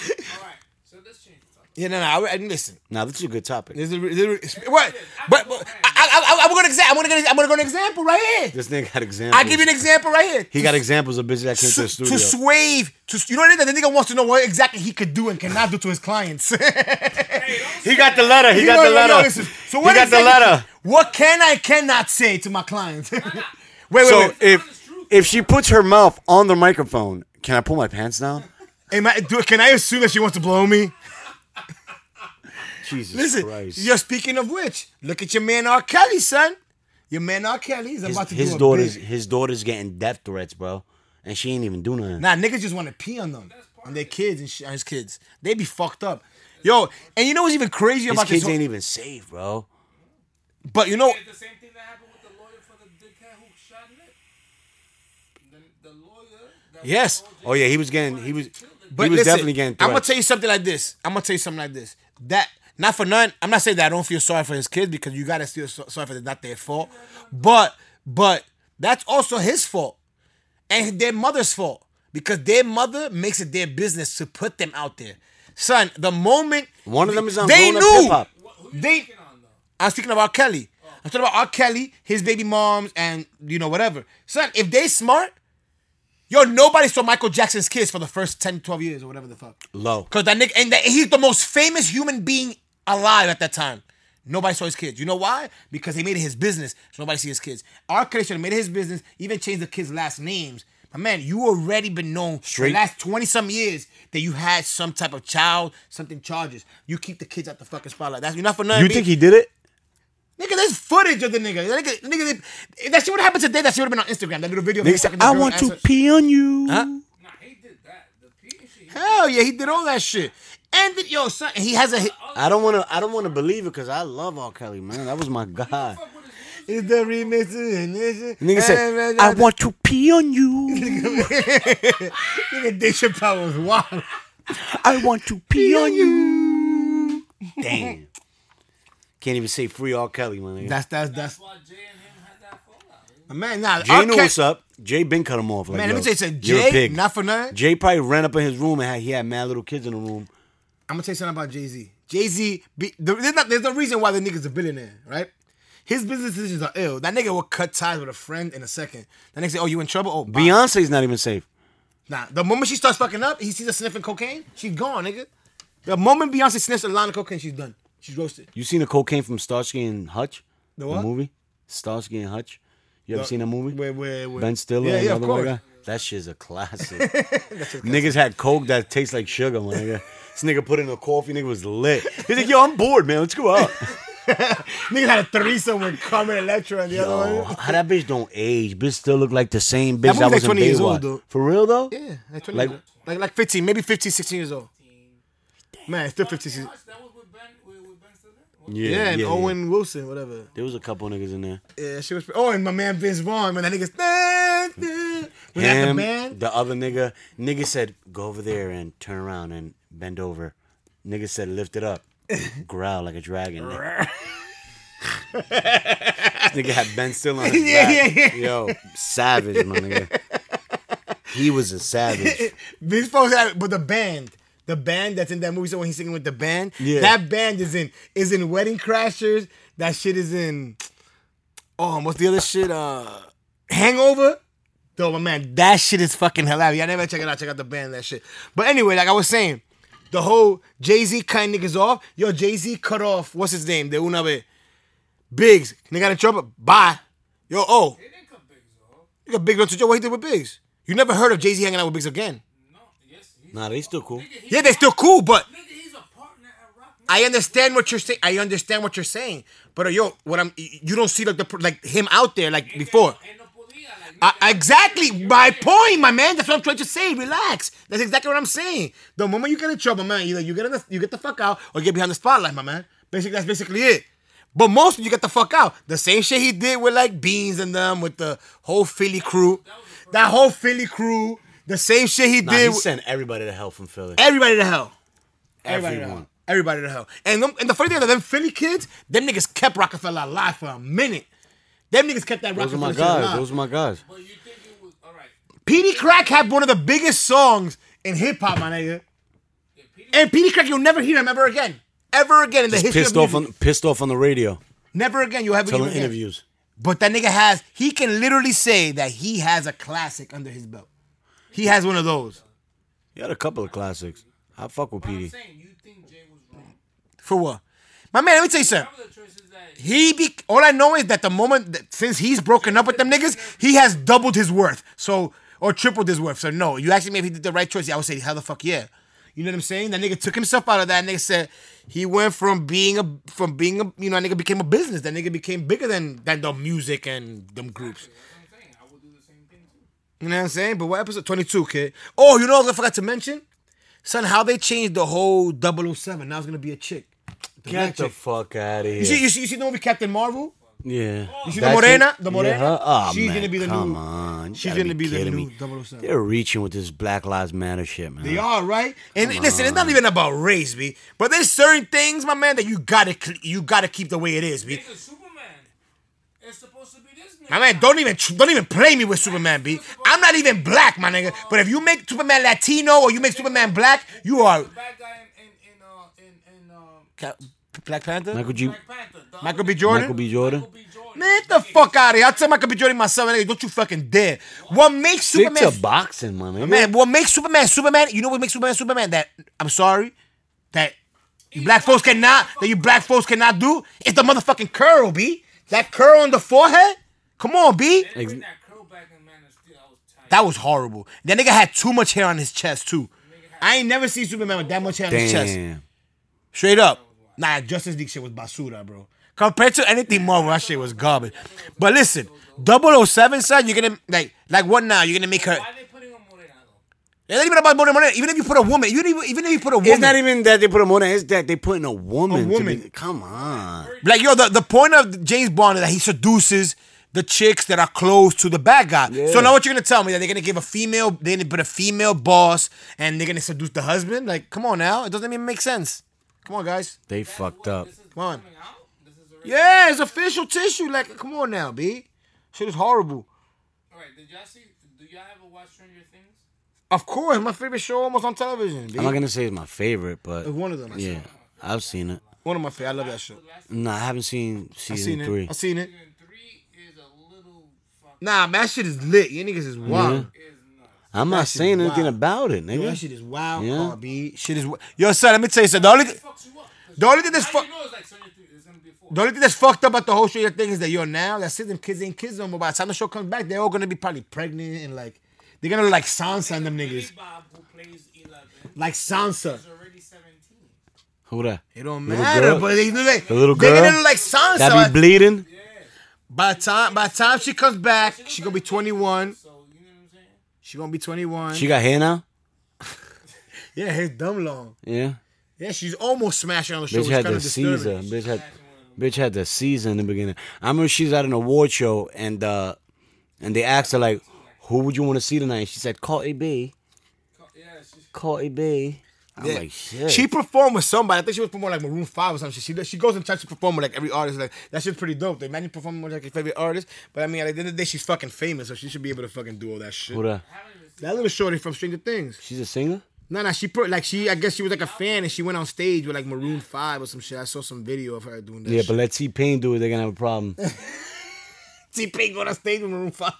[SPEAKER 3] All right, so let's change the topic.
[SPEAKER 2] yeah, no, no. I, I, listen,
[SPEAKER 1] Now this is a good topic.
[SPEAKER 2] this is, this is what? But, but I, I, I, I'm gonna exa- I'm gonna get, I'm gonna go an example right here.
[SPEAKER 1] This nigga got examples.
[SPEAKER 2] I give you an example right here.
[SPEAKER 1] He got examples of bitches that came to
[SPEAKER 2] to,
[SPEAKER 1] the
[SPEAKER 2] to
[SPEAKER 1] studio.
[SPEAKER 2] sway, to you know what I mean? The nigga wants to know what exactly he could do and cannot do to his clients.
[SPEAKER 1] He got the letter. He
[SPEAKER 2] You
[SPEAKER 1] got
[SPEAKER 2] know,
[SPEAKER 1] the
[SPEAKER 2] yo, yo,
[SPEAKER 1] letter.
[SPEAKER 2] listen. so
[SPEAKER 1] He
[SPEAKER 2] what
[SPEAKER 1] got the
[SPEAKER 2] exactly-
[SPEAKER 1] letter.
[SPEAKER 2] What can I cannot say to my clients? wait, wait,
[SPEAKER 1] So
[SPEAKER 2] wait.
[SPEAKER 1] if if she puts her mouth on the microphone, can I pull my pants down?
[SPEAKER 2] Am I, do, can I assume that she wants to blow me?
[SPEAKER 1] Jesus
[SPEAKER 2] Listen,
[SPEAKER 1] Christ.
[SPEAKER 2] you're speaking of which. Look at your man R. Kelly, son. Your man R. Kelly is
[SPEAKER 1] his,
[SPEAKER 2] about to
[SPEAKER 1] his
[SPEAKER 2] do a
[SPEAKER 1] daughter's
[SPEAKER 2] big-
[SPEAKER 1] his daughter's getting death threats, bro, and she ain't even do nothing.
[SPEAKER 2] Nah, niggas just want to pee on them, on their kids and sh- on his kids. They be fucked up. Yo, and you know what's even crazy
[SPEAKER 1] his
[SPEAKER 2] about this?
[SPEAKER 1] kids
[SPEAKER 2] whole-
[SPEAKER 1] ain't even safe, bro.
[SPEAKER 2] but you know,
[SPEAKER 3] It's the same thing that happened with the lawyer for the dickhead who shot Nick. The, the lawyer. That was
[SPEAKER 2] Yes.
[SPEAKER 3] OJ.
[SPEAKER 1] Oh yeah, he was getting he was he was
[SPEAKER 2] listen,
[SPEAKER 1] definitely getting
[SPEAKER 2] I'm gonna
[SPEAKER 1] threats.
[SPEAKER 2] tell you something like this. I'm gonna tell you something like this. That not for none. I'm not saying that I don't feel sorry for his kids because you gotta feel so- sorry for them. Not their fault, but but that's also his fault and their mother's fault because their mother makes it their business to put them out there. Son, the moment
[SPEAKER 1] One of them is on
[SPEAKER 2] they
[SPEAKER 1] Grown Up Hip
[SPEAKER 2] knew
[SPEAKER 1] Hop.
[SPEAKER 3] you
[SPEAKER 2] They-
[SPEAKER 3] speaking on though? Oh.
[SPEAKER 2] I was speaking about Kelly. I'm talking about R. Kelly, his baby moms, and you know whatever. Son, if they smart, yo, nobody saw Michael Jackson's kids for the first 10, 12 years or whatever the fuck.
[SPEAKER 1] Low.
[SPEAKER 2] Cause that nigga, and that, he's the most famous human being alive at that time. Nobody saw his kids. You know why? Because he made it his business. So nobody see his kids. R. Kelly should have made it his business. Even changed the kids' last names. But man, you already been known
[SPEAKER 1] Straight.
[SPEAKER 2] the last twenty some years that you had some type of child, something charges. You keep the kids out the fucking spotlight. That's you're not for nothing.
[SPEAKER 1] You
[SPEAKER 2] B.
[SPEAKER 1] think he did it?
[SPEAKER 2] Nigga, there's footage of the nigga. That nigga, nigga if that shit would have happened today, that shit would have been on Instagram. That little video. of him
[SPEAKER 1] Nigga said,
[SPEAKER 2] fucking the
[SPEAKER 1] I
[SPEAKER 2] girl
[SPEAKER 1] want to
[SPEAKER 2] answer-
[SPEAKER 1] pee on you.
[SPEAKER 2] Huh?
[SPEAKER 3] Nah, he did that. The P shit. he-
[SPEAKER 2] Hell yeah, he did all that shit. And then, yo, son, he has a. hit.
[SPEAKER 1] I don't want to. I don't want to believe it because I love R. Kelly, man. That was my guy.
[SPEAKER 3] Fuck with his music.
[SPEAKER 2] Is the remix to
[SPEAKER 1] Nigga said, I want to pee on you.
[SPEAKER 2] Nigga, Dave Chappelle was wild.
[SPEAKER 1] I want to pee on you. Damn. Can't even say free R. Kelly, my nigga.
[SPEAKER 2] That's that's that's
[SPEAKER 3] That's why Jay and him had that fallout. It was
[SPEAKER 2] man. Nah,
[SPEAKER 1] Jay
[SPEAKER 2] R.
[SPEAKER 1] knew
[SPEAKER 2] Kelly-
[SPEAKER 1] what's up. Jay been cut him off. Like,
[SPEAKER 2] Man, let
[SPEAKER 1] yo,
[SPEAKER 2] me tell you something.
[SPEAKER 1] you're a
[SPEAKER 2] Jay,
[SPEAKER 1] pig.
[SPEAKER 2] not for nothing.
[SPEAKER 1] Jay probably ran up in his room and had, he had mad little kids in the room.
[SPEAKER 2] I'm gonna tell you something about Jay Z. Jay Z, there's, not- there's no reason why the nigga's a billionaire, right? His business decisions are ill. That nigga will cut ties with a friend in a second. That nigga say, "Oh, you in trouble? Oh, bye.
[SPEAKER 1] Beyonce's not even safe.
[SPEAKER 2] Nah, the moment she starts fucking up, he sees her sniffing cocaine, she's gone, nigga. The moment Beyonce sniffs a line of cocaine, she's done. She's roasted.
[SPEAKER 1] You seen the cocaine from Starsky and Hutch?
[SPEAKER 2] The what?
[SPEAKER 1] movie? Starsky and Hutch. You ever
[SPEAKER 2] The-
[SPEAKER 1] seen that movie?
[SPEAKER 2] Where, where, where?
[SPEAKER 1] Ben Stiller
[SPEAKER 2] Yeah,
[SPEAKER 1] and
[SPEAKER 2] yeah, of
[SPEAKER 1] another white
[SPEAKER 2] course.
[SPEAKER 1] guy. That shit's a classic. Niggas had coke that tastes like sugar, my nigga. This nigga put in a coffee, nigga was lit. He's like, yo, I'm bored, man. Let's go out.
[SPEAKER 2] Nigga had a threesome with Carmen Electra and the other
[SPEAKER 1] Yo,
[SPEAKER 2] one.
[SPEAKER 1] how that bitch don't age? Bitch still look like the same bitch
[SPEAKER 2] movie's
[SPEAKER 1] that,
[SPEAKER 2] like
[SPEAKER 1] was in
[SPEAKER 2] 20 years old,
[SPEAKER 1] Baywatch.
[SPEAKER 2] though.
[SPEAKER 1] For real though?
[SPEAKER 2] Yeah, like 20,
[SPEAKER 1] Like-
[SPEAKER 2] like, like like 15, maybe 15, 16 years old. Man, still 15, 16.
[SPEAKER 3] Hutch, that was with Ben, with, with ben Stiller?
[SPEAKER 1] Yeah,
[SPEAKER 2] Yeah, and Owen Wilson, whatever.
[SPEAKER 1] There was a couple niggas in there.
[SPEAKER 2] Yeah, she was. Oh, and my man Vince Vaughn, man, that nigga's. Was that the
[SPEAKER 1] Him,
[SPEAKER 2] man?
[SPEAKER 1] the other nigga, nigga said, go over there and turn around and bend over. Nigga said, lift it up. Growl like a dragon. nigga. this nigga had Ben still on his
[SPEAKER 2] Yeah,
[SPEAKER 1] back.
[SPEAKER 2] yeah, yeah.
[SPEAKER 1] Yo, savage, my nigga. He was a savage.
[SPEAKER 2] Vince Vaughn, had- but the band. The band that's in that movie, so when he's singing with the band,
[SPEAKER 1] Yeah.
[SPEAKER 2] that band is in is in Wedding Crashers. That shit is in. Oh, what's the other shit? Uh, Hangover. Though my man, that shit is fucking hilarious. Y'all never check it out. Check out the band, that shit. But anyway, like I was saying, the whole Jay Z cutting niggas off. Yo, Jay Z cut off. What's his name? De una vez. Biggs. Nigga in trouble. Bye. Yo, oh,
[SPEAKER 3] They didn't cut Biggs off.
[SPEAKER 2] you got Big Run to Joe. What he did with Biggs? You never heard of Jay Z hanging out with Biggs again.
[SPEAKER 3] No, yes, he's,
[SPEAKER 1] Nah, they still cool.
[SPEAKER 3] nigga, he's,
[SPEAKER 2] Yeah, they're still cool, but
[SPEAKER 3] nigga, he's a partner at Rock.
[SPEAKER 2] I understand what you're saying. I understand what you're saying, but uh, yo, what I'm you don't see like the pr- like him out there like before.
[SPEAKER 3] And no podía, like,
[SPEAKER 2] I,
[SPEAKER 3] nigga,
[SPEAKER 2] exactly
[SPEAKER 3] you're
[SPEAKER 2] my
[SPEAKER 3] right.
[SPEAKER 2] point, my man. That's what I'm trying to say. Relax. That's exactly what I'm saying. The moment you get in trouble, man, either you get in the, you get the fuck out or get behind the spotlight, my man. Basically, that's basically it. But mostly you get the fuck out. The same shit he did with like Beans and them with the whole Philly crew, that whole Philly crew. The same shit he
[SPEAKER 1] Nah,
[SPEAKER 2] did.
[SPEAKER 1] he
[SPEAKER 2] with-
[SPEAKER 1] sent everybody to hell from Philly.
[SPEAKER 2] Everybody to hell. Everybody to
[SPEAKER 1] Everyone.
[SPEAKER 2] hell. Everybody to hell. And them, and the funny thing that them Philly kids, them niggas kept Rockefeller alive for a minute. Them niggas kept that
[SPEAKER 1] Those are
[SPEAKER 2] Rockefeller
[SPEAKER 1] my
[SPEAKER 2] shit
[SPEAKER 1] guys.
[SPEAKER 2] alive.
[SPEAKER 1] Those are my guys.
[SPEAKER 3] But you think it was all right?
[SPEAKER 2] Petey Crack had one of the biggest songs in hip hop, my nigga.
[SPEAKER 3] Yeah, Petey
[SPEAKER 2] And Petey Crack, you'll never hear him ever again. Ever again in the history
[SPEAKER 1] Pissed
[SPEAKER 2] of
[SPEAKER 1] off
[SPEAKER 2] music.
[SPEAKER 1] on pissed off on the radio.
[SPEAKER 2] Never again you'll ever hear him
[SPEAKER 1] Telling
[SPEAKER 2] again.
[SPEAKER 1] interviews.
[SPEAKER 2] But that nigga has, he can literally say that he has a classic under his belt. He has one of those.
[SPEAKER 1] He had a couple of classics. I fuck with
[SPEAKER 3] I'm
[SPEAKER 1] Petey.
[SPEAKER 3] saying you think Jay was wrong.
[SPEAKER 2] For what? My man, let me tell you something.
[SPEAKER 3] Some of the choices that
[SPEAKER 2] He be all I know is that the moment that since he's broken up with them niggas, he has doubled his worth. So or tripled his worth. So no, you asking me if he did the right choice, yeah, I would say hell the fuck yeah. You know what I'm saying? That nigga took himself out of that. Nigga said he went from being a from being a you know, that nigga became a business. That nigga became bigger than than the music and them groups.
[SPEAKER 3] I'm saying, I would do the same thing too.
[SPEAKER 2] You know what I'm saying? But what episode 22, kid? Oh, you know what I forgot to mention? Son, how they changed the whole 007. Now it's gonna be a chick. The black
[SPEAKER 1] Get the
[SPEAKER 2] chick.
[SPEAKER 1] fuck out of here.
[SPEAKER 2] you see, you see, you see the movie Captain Marvel?
[SPEAKER 1] Yeah. You
[SPEAKER 2] see the morena? The morena?
[SPEAKER 1] Oh,
[SPEAKER 2] She's
[SPEAKER 1] man,
[SPEAKER 2] gonna be the
[SPEAKER 1] come
[SPEAKER 2] new-
[SPEAKER 1] on. You
[SPEAKER 2] she's
[SPEAKER 1] gotta
[SPEAKER 2] gonna be the
[SPEAKER 1] kidding
[SPEAKER 2] new
[SPEAKER 1] me.
[SPEAKER 2] 007.
[SPEAKER 1] They're reaching with this Black Lives Matter shit, man.
[SPEAKER 2] They are right, and listen, it's not even about race, b. But there's certain things, my man, that you gotta cl- you gotta keep the way it is, b.
[SPEAKER 3] Nigga, Superman. It's supposed to be this nigga.
[SPEAKER 2] My man, don't even tr- don't even play me with Superman, b. I'm not even black, my nigga. But if you make Superman Latino or you make Superman black, you are
[SPEAKER 3] The bad guy in in in, uh, in in, in um,
[SPEAKER 2] Cap- Black Panther?
[SPEAKER 1] Michael G.
[SPEAKER 3] Black Panther. the
[SPEAKER 2] Michael
[SPEAKER 3] other
[SPEAKER 2] B.
[SPEAKER 3] dude,
[SPEAKER 2] Jordan?
[SPEAKER 1] Michael B. Jordan.
[SPEAKER 3] Michael B. Jordan.
[SPEAKER 2] Man, get the fuck out of here. I tell Michael B. Jordan myself, nigga, don't you fucking dare. What makes
[SPEAKER 1] Stick
[SPEAKER 2] Superman.
[SPEAKER 1] to boxing, my nigga.
[SPEAKER 2] man, what makes Superman Superman? You know what makes Superman Superman? That, I'm sorry, that you black folks cannot, that you black folks cannot do? It's the motherfucking curl, B. That curl on the forehead? Come on, B.
[SPEAKER 3] They bring that curl back in Man of Steel. I was tired.
[SPEAKER 2] That was horrible. That nigga had too much hair on his chest too. I ain't never seen Superman with that much hair on his chest.
[SPEAKER 1] Damn.
[SPEAKER 2] Straight up. Nah, Justice League shit was basura, bro. Compared to anything Marvel, that shit was garbage. But listen, 007, son, you're gonna like like what now? You're gonna make her.
[SPEAKER 3] Why they putting on Morena though?
[SPEAKER 2] It's not even about money, money. Even if you put a woman, even if, even if you put a woman,
[SPEAKER 1] It's not even that they put him on. It's that they putting a woman. to
[SPEAKER 2] woman.
[SPEAKER 1] be- come on.
[SPEAKER 2] like yo, the, the point of James Bond is that he seduces the chicks that are close to the bad guy. So now what you're gonna tell me that they're gonna give a female, they're gonna put a female boss, and they're gonna seduce the husband? Like, come on now, it doesn't even make sense. Come on, guys.
[SPEAKER 1] They fucked up.
[SPEAKER 3] This is
[SPEAKER 2] Come on.
[SPEAKER 3] coming out. This is already.
[SPEAKER 2] Yeah, it's official tissue. Like, come on now, b. Shit is horrible.
[SPEAKER 3] All right. Did y'all see? Do y'all ever watch Stranger Things?
[SPEAKER 2] Of course, my favorite show almost on television. B.
[SPEAKER 1] I'm not gonna say it's my favorite, but
[SPEAKER 2] It's one of them. I
[SPEAKER 1] yeah,
[SPEAKER 2] saw.
[SPEAKER 1] I've seen it.
[SPEAKER 2] one of my favorite. I love that show.
[SPEAKER 1] No, I haven't seen
[SPEAKER 2] I
[SPEAKER 1] season
[SPEAKER 2] seen
[SPEAKER 1] three.
[SPEAKER 2] it. I seen it.
[SPEAKER 3] Season three is a little fuck.
[SPEAKER 2] Nah, man, that shit is lit. You niggas is wild.
[SPEAKER 3] Is nuts.
[SPEAKER 1] I'm
[SPEAKER 2] That
[SPEAKER 1] not
[SPEAKER 2] shit
[SPEAKER 1] saying
[SPEAKER 2] is
[SPEAKER 1] anything
[SPEAKER 2] wild.
[SPEAKER 1] about it,
[SPEAKER 2] Yo,
[SPEAKER 1] nigga.
[SPEAKER 2] that shit is wild,
[SPEAKER 1] Yeah.
[SPEAKER 2] yeah. B. Shit is. wi- Yo, son, let me tell you something. The only,
[SPEAKER 3] It
[SPEAKER 2] thi-
[SPEAKER 3] fucks you up. 'cause
[SPEAKER 2] The only thing that's
[SPEAKER 3] now
[SPEAKER 2] fuck-
[SPEAKER 3] You know it's like Stranger Things. It's gonna be a four.
[SPEAKER 2] the only thing that's fucked up about the whole Stranger thing is that yo now that shit them kids ain't kids no more. By the time the show comes back, they're all gonna be probably pregnant and like they're gonna look like Sansa and them niggas,
[SPEAKER 3] Bob who plays Eleven
[SPEAKER 2] like Sansa.
[SPEAKER 3] is already seventeen.
[SPEAKER 1] Who that?
[SPEAKER 2] It don't
[SPEAKER 1] Little
[SPEAKER 2] matter,
[SPEAKER 1] girl.
[SPEAKER 2] but they look like
[SPEAKER 1] The little
[SPEAKER 2] They're
[SPEAKER 1] girl.
[SPEAKER 2] gonna look like Sansa.
[SPEAKER 1] That be bleeding?
[SPEAKER 2] By the time by the time she comes back, she gonna be 21.
[SPEAKER 3] So you know what I'm saying?
[SPEAKER 2] She gonna be 21.
[SPEAKER 1] She got hair now?
[SPEAKER 2] yeah, hair's dumb long.
[SPEAKER 1] Yeah.
[SPEAKER 2] Yeah, she's almost smashing on the show.
[SPEAKER 1] Bitch
[SPEAKER 2] It's
[SPEAKER 1] had
[SPEAKER 2] kind
[SPEAKER 1] the
[SPEAKER 2] of disturbing.
[SPEAKER 1] Caesar. Bitch had bitch had the Caesar in the beginning. I remember she's at an award show and uh and they asked her like, Who would you want to see tonight? She said, Cardi B.
[SPEAKER 3] Co- Yeah, she's
[SPEAKER 1] Cardi B. I'm
[SPEAKER 2] Yeah.
[SPEAKER 1] like, shit.
[SPEAKER 2] She performed with somebody. I think she was performing like Maroon Five or something. She she goes and tries to perform with like every artist. Like that shit's pretty dope. They imagine performing with like your favorite artist. But I mean, at the end of the day, she's fucking famous, so she should be able to fucking do all that shit.
[SPEAKER 1] Who that?
[SPEAKER 2] That little shorty from Stranger Things.
[SPEAKER 1] She's a singer?
[SPEAKER 2] No, no, she put like she. I guess she was like a fan, and she went on stage with like Maroon Five or some shit. I saw some video of her doing that.
[SPEAKER 1] Yeah,
[SPEAKER 2] shit.
[SPEAKER 1] but let T Pain do it, they're gonna have a problem.
[SPEAKER 2] T Pain on stage with Maroon Five.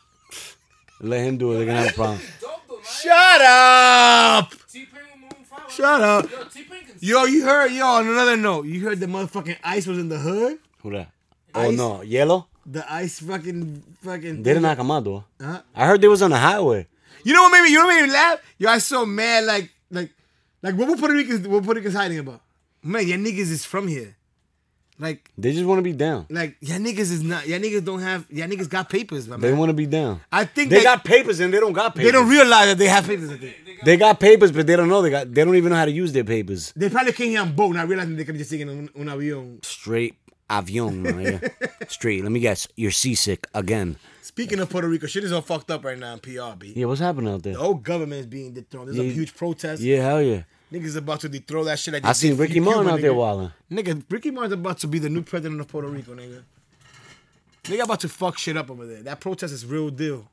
[SPEAKER 1] let him do it, they're gonna have a problem.
[SPEAKER 3] dope though, man.
[SPEAKER 2] Shut up!
[SPEAKER 3] T Pain with Maroon Five.
[SPEAKER 2] Shut up!
[SPEAKER 3] Yo, T Pain can.
[SPEAKER 2] Yo, you heard? Yo, on another note, you heard the motherfucking ice was in the hood.
[SPEAKER 1] Who that? Oh
[SPEAKER 2] Ice?
[SPEAKER 1] no, yellow?
[SPEAKER 2] The ice fucking fucking.
[SPEAKER 1] They didn't knock him out though.
[SPEAKER 2] Huh?
[SPEAKER 1] I heard they was on the highway.
[SPEAKER 2] You know what made me? You know what made me laugh? Yo, I so mad. Like, like, like, what were Puerto Ricans? What Puerto Ricans hiding about? Man, your niggas is from here. Like,
[SPEAKER 1] They just wanna be down.
[SPEAKER 2] like, your niggas is not. Your niggas don't have. Your niggas got papers, my
[SPEAKER 1] They
[SPEAKER 2] man.
[SPEAKER 1] wanna be down.
[SPEAKER 2] I think
[SPEAKER 1] They got papers and they don't got papers.
[SPEAKER 2] They don't realize that they have papers. I think.
[SPEAKER 1] They got papers, but they don't know they got. They don't even know how to use their papers.
[SPEAKER 2] They probably came here on boat, not realizing they could be just taking un, un avión.
[SPEAKER 1] Straight avion, my nigga. Straight. Let me guess. You're seasick again.
[SPEAKER 2] Speaking of Puerto Rico, shit is all fucked up right now in PRB.
[SPEAKER 1] Yeah, what's happening out there?
[SPEAKER 2] The whole government is being dethroned. There's a
[SPEAKER 1] Yeah.
[SPEAKER 2] huge protest.
[SPEAKER 1] Oh. Yeah, hell yeah.
[SPEAKER 2] Niggas about to dethrone that shit. Like
[SPEAKER 1] I seen Ricky Martin out there wilding.
[SPEAKER 2] Nigga, Ricky Martin's about to be the new president of Puerto Rico, nigga. Nigga about to fuck shit up over there. That protest is real deal.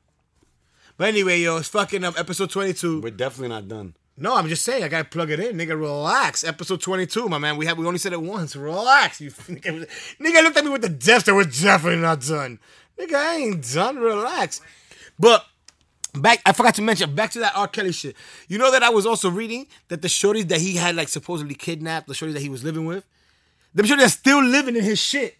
[SPEAKER 2] But anyway, yo, it's fucking um, episode 22.
[SPEAKER 1] We're definitely not done.
[SPEAKER 2] No, I'm just saying, I gotta plug it in, nigga. Relax, episode 22, my man. We have we only said it once. Relax, you nigga. Nigga looked at me with the depth that we're definitely not done. Nigga, I ain't done. Relax. But back, I forgot to mention back to that R. Kelly shit. You know that I was also reading that the shorties that he had like supposedly kidnapped, the shorties that he was living with, them shorties are still living in his shit.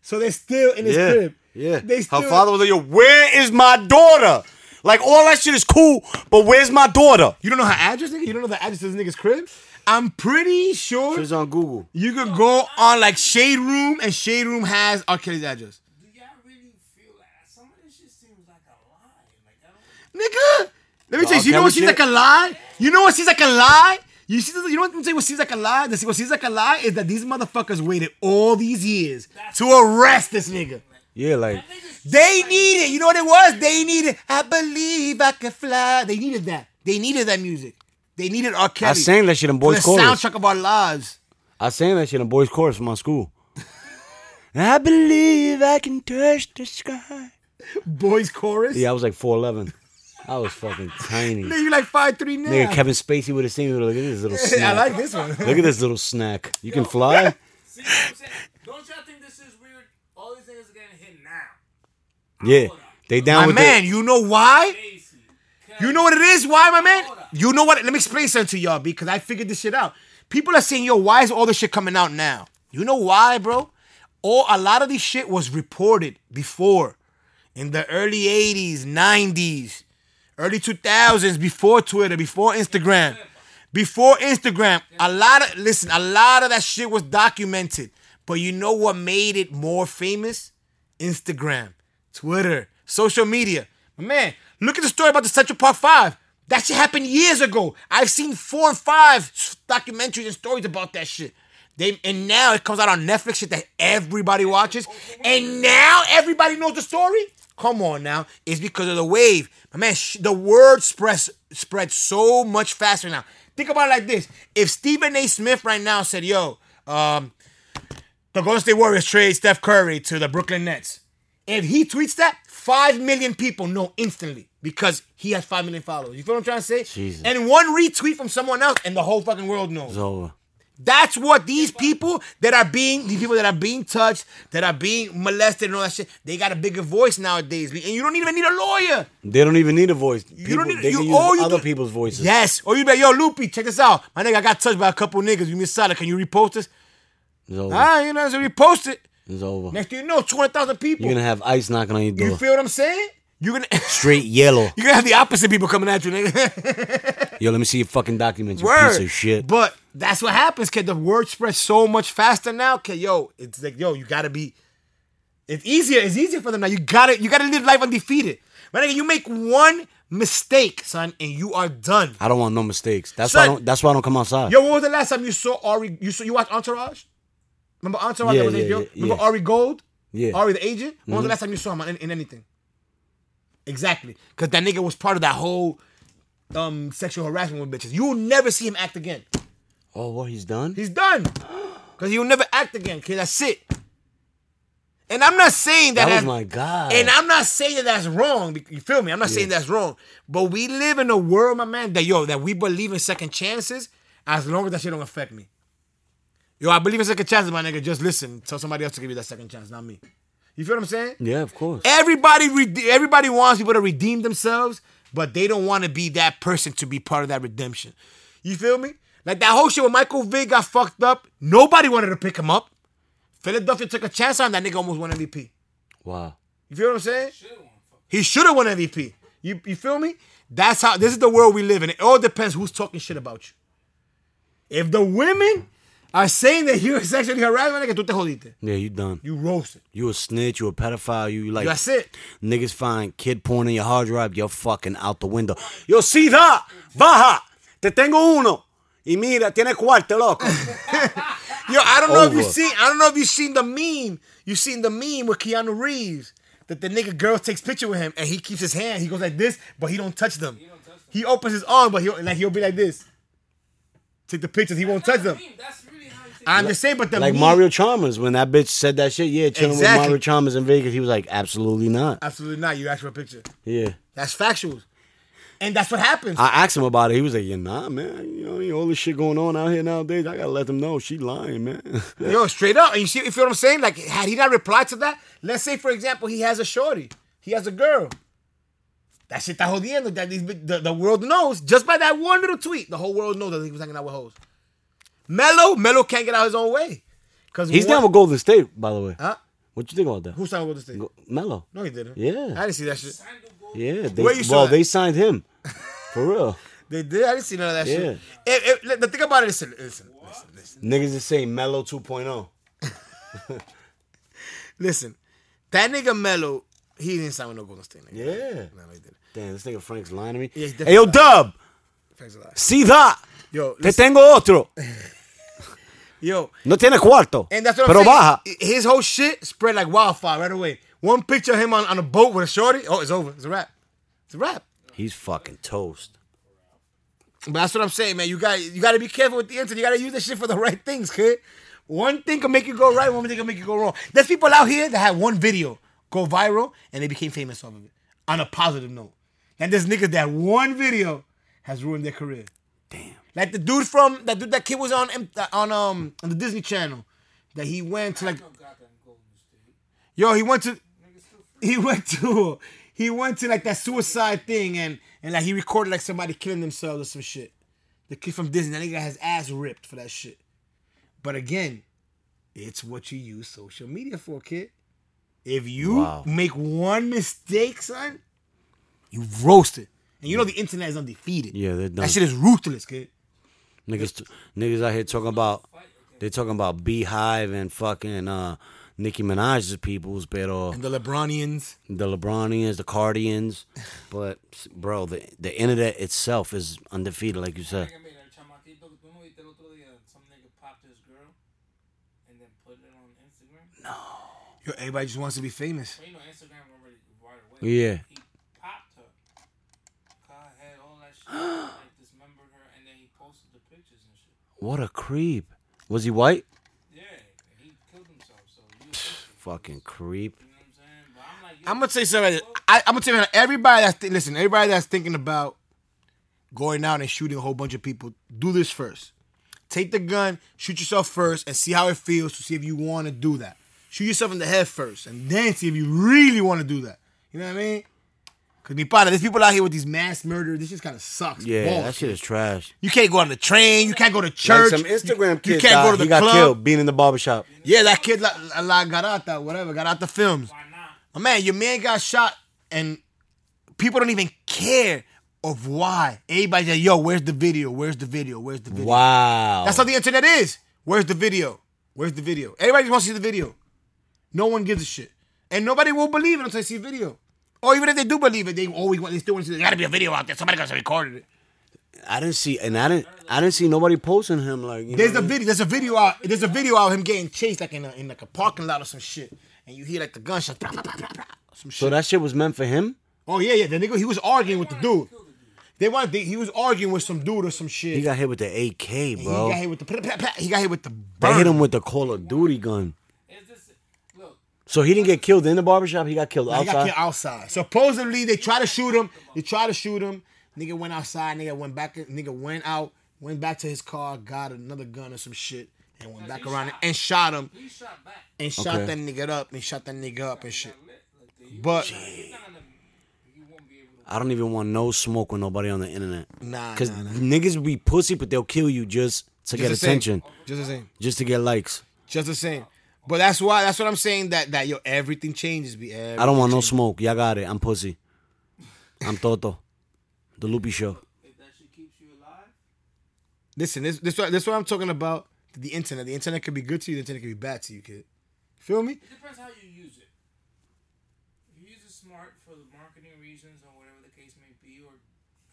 [SPEAKER 2] So they're still in his
[SPEAKER 1] Yeah,
[SPEAKER 2] crib.
[SPEAKER 1] yeah.
[SPEAKER 2] They still,
[SPEAKER 1] Her father was like, "Yo, where is my daughter? Like all that shit is cool, but where's my daughter?"
[SPEAKER 2] You don't know her address, nigga. You don't know the address of this nigga's crib. I'm pretty sure.
[SPEAKER 1] She's on Google.
[SPEAKER 2] You could go on like Shade Room, and Shade Room has R. Kelly's address.
[SPEAKER 3] Do y'all really feel like some of this shit seems like a lie? Like I don't.
[SPEAKER 2] Nigga, let me
[SPEAKER 1] The
[SPEAKER 2] tell
[SPEAKER 1] R.
[SPEAKER 2] you. You know
[SPEAKER 1] Kelly
[SPEAKER 2] what seems
[SPEAKER 1] shit?
[SPEAKER 2] like a lie? You know what seems like a lie? You see, you know what I'm saying? What seems like a lie? This- What seems like a lie is that these motherfuckers waited all these years to arrest this nigga.
[SPEAKER 1] Yeah, like
[SPEAKER 2] They needed, you know what it was? They needed. I believe I can fly. They needed that. They needed that music. They needed R. Kelly.
[SPEAKER 1] I sang that shit in
[SPEAKER 2] for the
[SPEAKER 1] boys' chorus.
[SPEAKER 2] soundtrack of our lives.
[SPEAKER 1] I sang that shit in boys' chorus from my school. I believe I can touch the sky.
[SPEAKER 2] Boys' chorus.
[SPEAKER 1] Yeah, I was like four eleven. I was fucking tiny.
[SPEAKER 2] Nigga, you like five three now.
[SPEAKER 1] Nigga, Kevin Spacey would have seen me. Look at this little snack.
[SPEAKER 2] I like this one.
[SPEAKER 1] Look at this little snack. You can fly.
[SPEAKER 3] See what I'm saying? Don't y'all think this is weird? All these niggas are getting hit now.
[SPEAKER 1] Yeah, they down
[SPEAKER 2] my
[SPEAKER 1] with
[SPEAKER 2] man, you know why?
[SPEAKER 3] Casey.
[SPEAKER 2] You know what it is? Why, my man? You know what? Let me explain something to y'all because I figured this shit out. People are saying, yo, why is all this shit coming out now? You know why, bro? All a lot of this shit was reported before in the early 80s, 90s, early 2000s, before Twitter, before Instagram. Before Instagram, a lot of listen, a lot of that shit was documented. But you know what made it more famous? Instagram, Twitter, social media. My man, look at the story about the Central Park Five. That shit happened years ago. I've seen four and five s- documentaries and stories about that shit. They and now it comes out on Netflix shit that everybody watches, and now everybody knows the story. Come on now, it's because of the wave, my man. Sh- the word spreads spread so much faster now. Think about it like this: If Stephen A. Smith right now said, "Yo, um, the Golden State Warriors trade Steph Curry to the Brooklyn Nets. If he tweets that, five million people know instantly because he has five million followers. You feel what I'm trying to say?
[SPEAKER 1] Jesus.
[SPEAKER 2] And one retweet from someone else, and the whole fucking world knows.
[SPEAKER 1] It's over.
[SPEAKER 2] That's what these people that are being these people that are being touched, that are being molested, and all that shit. They got a bigger voice nowadays, and you don't even need a lawyer.
[SPEAKER 1] They don't even need a voice. People,
[SPEAKER 2] don't need-
[SPEAKER 1] they
[SPEAKER 2] you-
[SPEAKER 1] can
[SPEAKER 2] all
[SPEAKER 1] use
[SPEAKER 2] you
[SPEAKER 1] other
[SPEAKER 2] do-
[SPEAKER 1] people's voices.
[SPEAKER 2] Yes. Or you be like, yo, Loopy, check this out. My nigga, I got touched by a couple niggas. You miss Can you repost this?
[SPEAKER 1] It's over.
[SPEAKER 2] Ah, you know, so repost it.
[SPEAKER 1] It's over.
[SPEAKER 2] Next thing you know, two hundred thousand people.
[SPEAKER 1] You're gonna have ice knocking on your door.
[SPEAKER 2] You feel what I'm saying? You're gonna
[SPEAKER 1] Straight yellow.
[SPEAKER 2] you're gonna have the opposite people coming at you, nigga.
[SPEAKER 1] Yo, let me see your fucking documents. You
[SPEAKER 2] Word.
[SPEAKER 1] piece of shit.
[SPEAKER 2] But that's what happens, kid. The word spreads so much faster now, kid. Yo, it's like yo, you gotta be. It's easier. It's easier for them now. You gotta you gotta live life undefeated. My nigga, you make one mistake, son, and you are done.
[SPEAKER 1] I don't want no mistakes. That's why. I
[SPEAKER 2] Son.
[SPEAKER 1] don't, that's why I don't come outside.
[SPEAKER 2] Yo, when was the last time you saw Ari? You saw you watched Entourage? Remember Entourage?
[SPEAKER 1] Yeah,
[SPEAKER 2] that was
[SPEAKER 1] yeah,
[SPEAKER 2] HBO?
[SPEAKER 1] yeah,
[SPEAKER 2] Remember
[SPEAKER 1] yeah.
[SPEAKER 2] Ari Gold?
[SPEAKER 1] Yeah. Mm-hmm.
[SPEAKER 2] Ari the agent. When was the last time you saw him in, in anything? Exactly, because that nigga was part of that whole um sexual harassment with bitches. You'll never see him act again.
[SPEAKER 1] Oh, what he's done?
[SPEAKER 2] He's done. Cause he'll never act again, kid. That's it. And I'm not saying that.
[SPEAKER 1] that was
[SPEAKER 2] that's-
[SPEAKER 1] my god.
[SPEAKER 2] and I'm not saying that that's wrong. bec- You feel me? I'm not saying that's wrong. But we live in a world, my man, that yo, that we believe in second chances as long as that shit don't affect me. Yo, I believe in second chances, my nigga. Just listen. Tell somebody else to give you that second chance, not me. You feel what I'm saying?
[SPEAKER 1] yeah, of course.
[SPEAKER 2] Everybody, rede- everybody wants people to redeem themselves, but they don't want to be that person to be part of that redemption. You feel me? Like that whole shit when Michael Vick got fucked up, nobody wanted to pick him up. Philadelphia took a chance on him, that nigga almost won MVP.
[SPEAKER 1] Wow.
[SPEAKER 2] You feel what I'm saying? He should have won MVP. You you feel me? That's how this is the world we live in. It all depends who's talking shit about you. If the women are saying that you are sexually harassing, nigga, tú te jodiste.
[SPEAKER 1] Yeah, you done.
[SPEAKER 2] You roasted.
[SPEAKER 1] You a snitch. You a pedophile. You like
[SPEAKER 2] That's it.
[SPEAKER 1] Niggas find kid porn in your hard drive, you're fucking out the window. Yo, Sida, baja, te tengo uno. Y mira, tiene cuarto, loco.
[SPEAKER 2] Yo, I don't know if you
[SPEAKER 1] Over.
[SPEAKER 2] seen. I don't know if you seen the meme. You seen the meme with Keanu Reeves that the nigga girl takes picture with him and he keeps his hand. He goes like this, but he don't touch them. He, opens his arm, but he'll like he'll be like this. Take the pictures. He won't touch them.
[SPEAKER 3] That's really how you think.
[SPEAKER 2] I'm just saying, but the
[SPEAKER 1] Like
[SPEAKER 2] meme-
[SPEAKER 1] Mario Chalmers, when that bitch said that shit, yeah, chilling
[SPEAKER 2] Exactly. Uh,
[SPEAKER 1] with Mario Chalmers in Vegas, he was like, absolutely not.
[SPEAKER 2] Absolutely not. You asked for a picture.
[SPEAKER 1] Yeah.
[SPEAKER 2] That's factual, and that's what happens.
[SPEAKER 1] I asked him about it. He was like, yeah, nah, man. You know, what I mean? all this shit going on out here nowadays, I gotta let them know she lying, man.
[SPEAKER 2] Yo, straight up. And you see, you feel what I'm saying? Like, had he not replied to that, let's say, for example, he has a shorty, he has a girl. That shit está jodiendo. That these, the, the world knows just by that one little tweet. The whole world knows that he was hanging out with hoes. Melo, Melo can't get out his own way. Cause
[SPEAKER 1] He's
[SPEAKER 2] one-
[SPEAKER 1] down with Golden State, by the way.
[SPEAKER 2] Huh?
[SPEAKER 1] What you think about that?
[SPEAKER 2] Who signed with this thing?
[SPEAKER 1] Go- Melo.
[SPEAKER 2] No, he didn't.
[SPEAKER 1] Yeah.
[SPEAKER 2] I didn't see that shit.
[SPEAKER 1] Yeah. They,
[SPEAKER 2] Where you saw
[SPEAKER 1] well,
[SPEAKER 2] that?
[SPEAKER 1] they signed him. For real.
[SPEAKER 2] They did. I didn't see none of that shit.
[SPEAKER 1] Yeah.
[SPEAKER 2] If- if- the thing about it, listen, listen, listen, listen,
[SPEAKER 1] Niggas is saying Melo oh. 2.0.
[SPEAKER 2] listen. That nigga Melo, he didn't sign with no Golden State. Nigga.
[SPEAKER 1] Yeah.
[SPEAKER 2] No, he didn't.
[SPEAKER 1] Damn, this nigga Frank's lying to me.
[SPEAKER 2] Yeah, he's
[SPEAKER 1] hey, yo, Dub,
[SPEAKER 2] Thanks a lot.
[SPEAKER 1] see that?
[SPEAKER 2] Yo,
[SPEAKER 1] Te
[SPEAKER 2] listen,
[SPEAKER 1] tengo otro.
[SPEAKER 2] yo,
[SPEAKER 1] No tiene cuarto.
[SPEAKER 2] And that's what
[SPEAKER 1] Pero
[SPEAKER 2] I'm
[SPEAKER 1] baja.
[SPEAKER 2] saying. His whole shit spread like wildfire right away. One picture of him on, on a boat with a shorty. Oh, it's over. It's a wrap. It's a wrap.
[SPEAKER 1] He's fucking toast.
[SPEAKER 2] But that's what I'm saying, man. You got you got to be careful with the internet. You got to use this shit for the right things, kid. One thing can make you go right. One thing can make you go wrong. There's people out here that had one video go viral and they became famous off of it on a positive note. That this niggas that one video has ruined their career. Damn. Like the dude from that dude that kid was on M- on um on the Disney Channel, that he went to like
[SPEAKER 3] No goddamn Golden State.
[SPEAKER 2] yo he went to
[SPEAKER 3] Niggas still free.
[SPEAKER 2] he went to he went to like that suicide thing and and like he recorded like somebody killing themselves or some shit. The kid from Disney, that nigga got his ass ripped for that shit. But again, it's what you use social media for, kid. If you
[SPEAKER 1] Wow.
[SPEAKER 2] make one mistake, son, you roasted. And you know the internet is undefeated.
[SPEAKER 1] Yeah, they're done.
[SPEAKER 2] That shit is ruthless, kid.
[SPEAKER 1] Niggas, niggas out here talking about they talking about Beehive and fucking uh, Nicki Minaj's peoples, pero
[SPEAKER 2] And the LeBronians.
[SPEAKER 1] the LeBronians, the Cardians, but bro, the the internet itself is undefeated, like you said.
[SPEAKER 3] Nigga made a chamaquito que tú me viste el otro día. Uh, Some nigga popped his girl and then put it on Instagram.
[SPEAKER 2] Yo, everybody just wants to be famous.
[SPEAKER 3] Well, you know, Instagram already right away.
[SPEAKER 1] Yeah.
[SPEAKER 3] He popped her. Cut her head, all that shit. like, dismembered her, and then he posted the pictures and shit.
[SPEAKER 1] What a creep! Was he white?
[SPEAKER 3] Yeah, and he killed himself, so you you
[SPEAKER 1] Fucking creep.
[SPEAKER 3] know what I'm saying? But I'm like, yo,
[SPEAKER 2] I'm gonna say something. I, I'm gonna tell you, everybody that's thi- listen, everybody that's thinking about going out and shooting a whole bunch of people, do this first. Take the gun, shoot yourself first, and see how it feels to see if you want to do that. Shoot yourself in the head first, and then see if you really want to do that. You know what I mean? Cause mi pana, there's people out here with these mass murder. This just kind of sucks.
[SPEAKER 1] Yeah,
[SPEAKER 2] Balls.
[SPEAKER 1] that shit is trash.
[SPEAKER 2] You can't go on the train. You can't go to church.
[SPEAKER 1] Like some Instagram
[SPEAKER 2] You,
[SPEAKER 1] kid
[SPEAKER 2] you can't
[SPEAKER 1] died.
[SPEAKER 2] go to the
[SPEAKER 1] he got
[SPEAKER 2] club.
[SPEAKER 1] killed being in the barbershop.
[SPEAKER 2] Yeah, that kid La, La Garata, whatever, Garata Films.
[SPEAKER 3] why not?
[SPEAKER 2] My man, your man got shot, and people don't even care of why. Everybody's like, "Yo, where's the video? Where's the video? Where's the video?"
[SPEAKER 1] Wow.
[SPEAKER 2] That's how the internet is. Where's the video? Where's the video? Everybody just wants to see the video. No one gives a shit, and nobody will believe it until they see a video. Or even if they do believe it, they always want. They still want to see. There got to be a video out there. Somebody got to recorded it.
[SPEAKER 1] I didn't see, and I didn't, I didn't see nobody posting him like. You
[SPEAKER 2] There's
[SPEAKER 1] know
[SPEAKER 2] a
[SPEAKER 1] what I mean?
[SPEAKER 2] video. There's a video out. There's a video out of him getting chased like in a, in like a parking lot or some shit, and you hear like the gunshot. "Pra, pra, pra, pra, pra," Some shit.
[SPEAKER 1] So that shit was meant for him.
[SPEAKER 2] Oh yeah, yeah. The nigga, he was arguing with the dude. They wanted. They, he was arguing with some dude or some shit.
[SPEAKER 1] He got hit with the AK,
[SPEAKER 2] He
[SPEAKER 1] bro.
[SPEAKER 2] got hit with the. He got hit with the. Burn.
[SPEAKER 1] they hit him with the Call of Duty gun.
[SPEAKER 3] Is this, look,
[SPEAKER 1] So he didn't get killed in the barbershop. He got killed
[SPEAKER 2] He got
[SPEAKER 1] outside.
[SPEAKER 2] killed outside. Supposedly they tried to shoot him. They tried to shoot him. Nigga went outside. Nigga went back. Nigga went out. Went back to his car. Got another gun or some shit. And went back around and shot him.
[SPEAKER 3] he shot back.
[SPEAKER 2] And shot
[SPEAKER 1] Okay.
[SPEAKER 2] that nigga up. And shot that nigga up and shit.
[SPEAKER 3] Lit, like, the,
[SPEAKER 2] But
[SPEAKER 3] he's not gonna, he won't be able to.
[SPEAKER 1] I don't even want no smoke with nobody on the internet.
[SPEAKER 2] Nah,
[SPEAKER 1] Cause
[SPEAKER 2] nah,
[SPEAKER 1] niggas be pussy, but they'll kill you just to get
[SPEAKER 2] just the same.
[SPEAKER 1] attention,
[SPEAKER 2] Just the same.
[SPEAKER 1] just to get likes.
[SPEAKER 2] Just the same. But that's why. That's what I'm saying. That that yo everything changes. Be
[SPEAKER 1] I don't want no smoke. Y'all got it. I'm pussy. I'm Toto. The Loopy Show.
[SPEAKER 3] If that shit keeps you alive,
[SPEAKER 2] Listen, this this what- this what I'm talking about. The internet. The internet could be good to you. The internet could be bad to you, kid. Feel me?
[SPEAKER 3] it depends how you use it. If you use it smart for the marketing reasons or whatever the case may be, or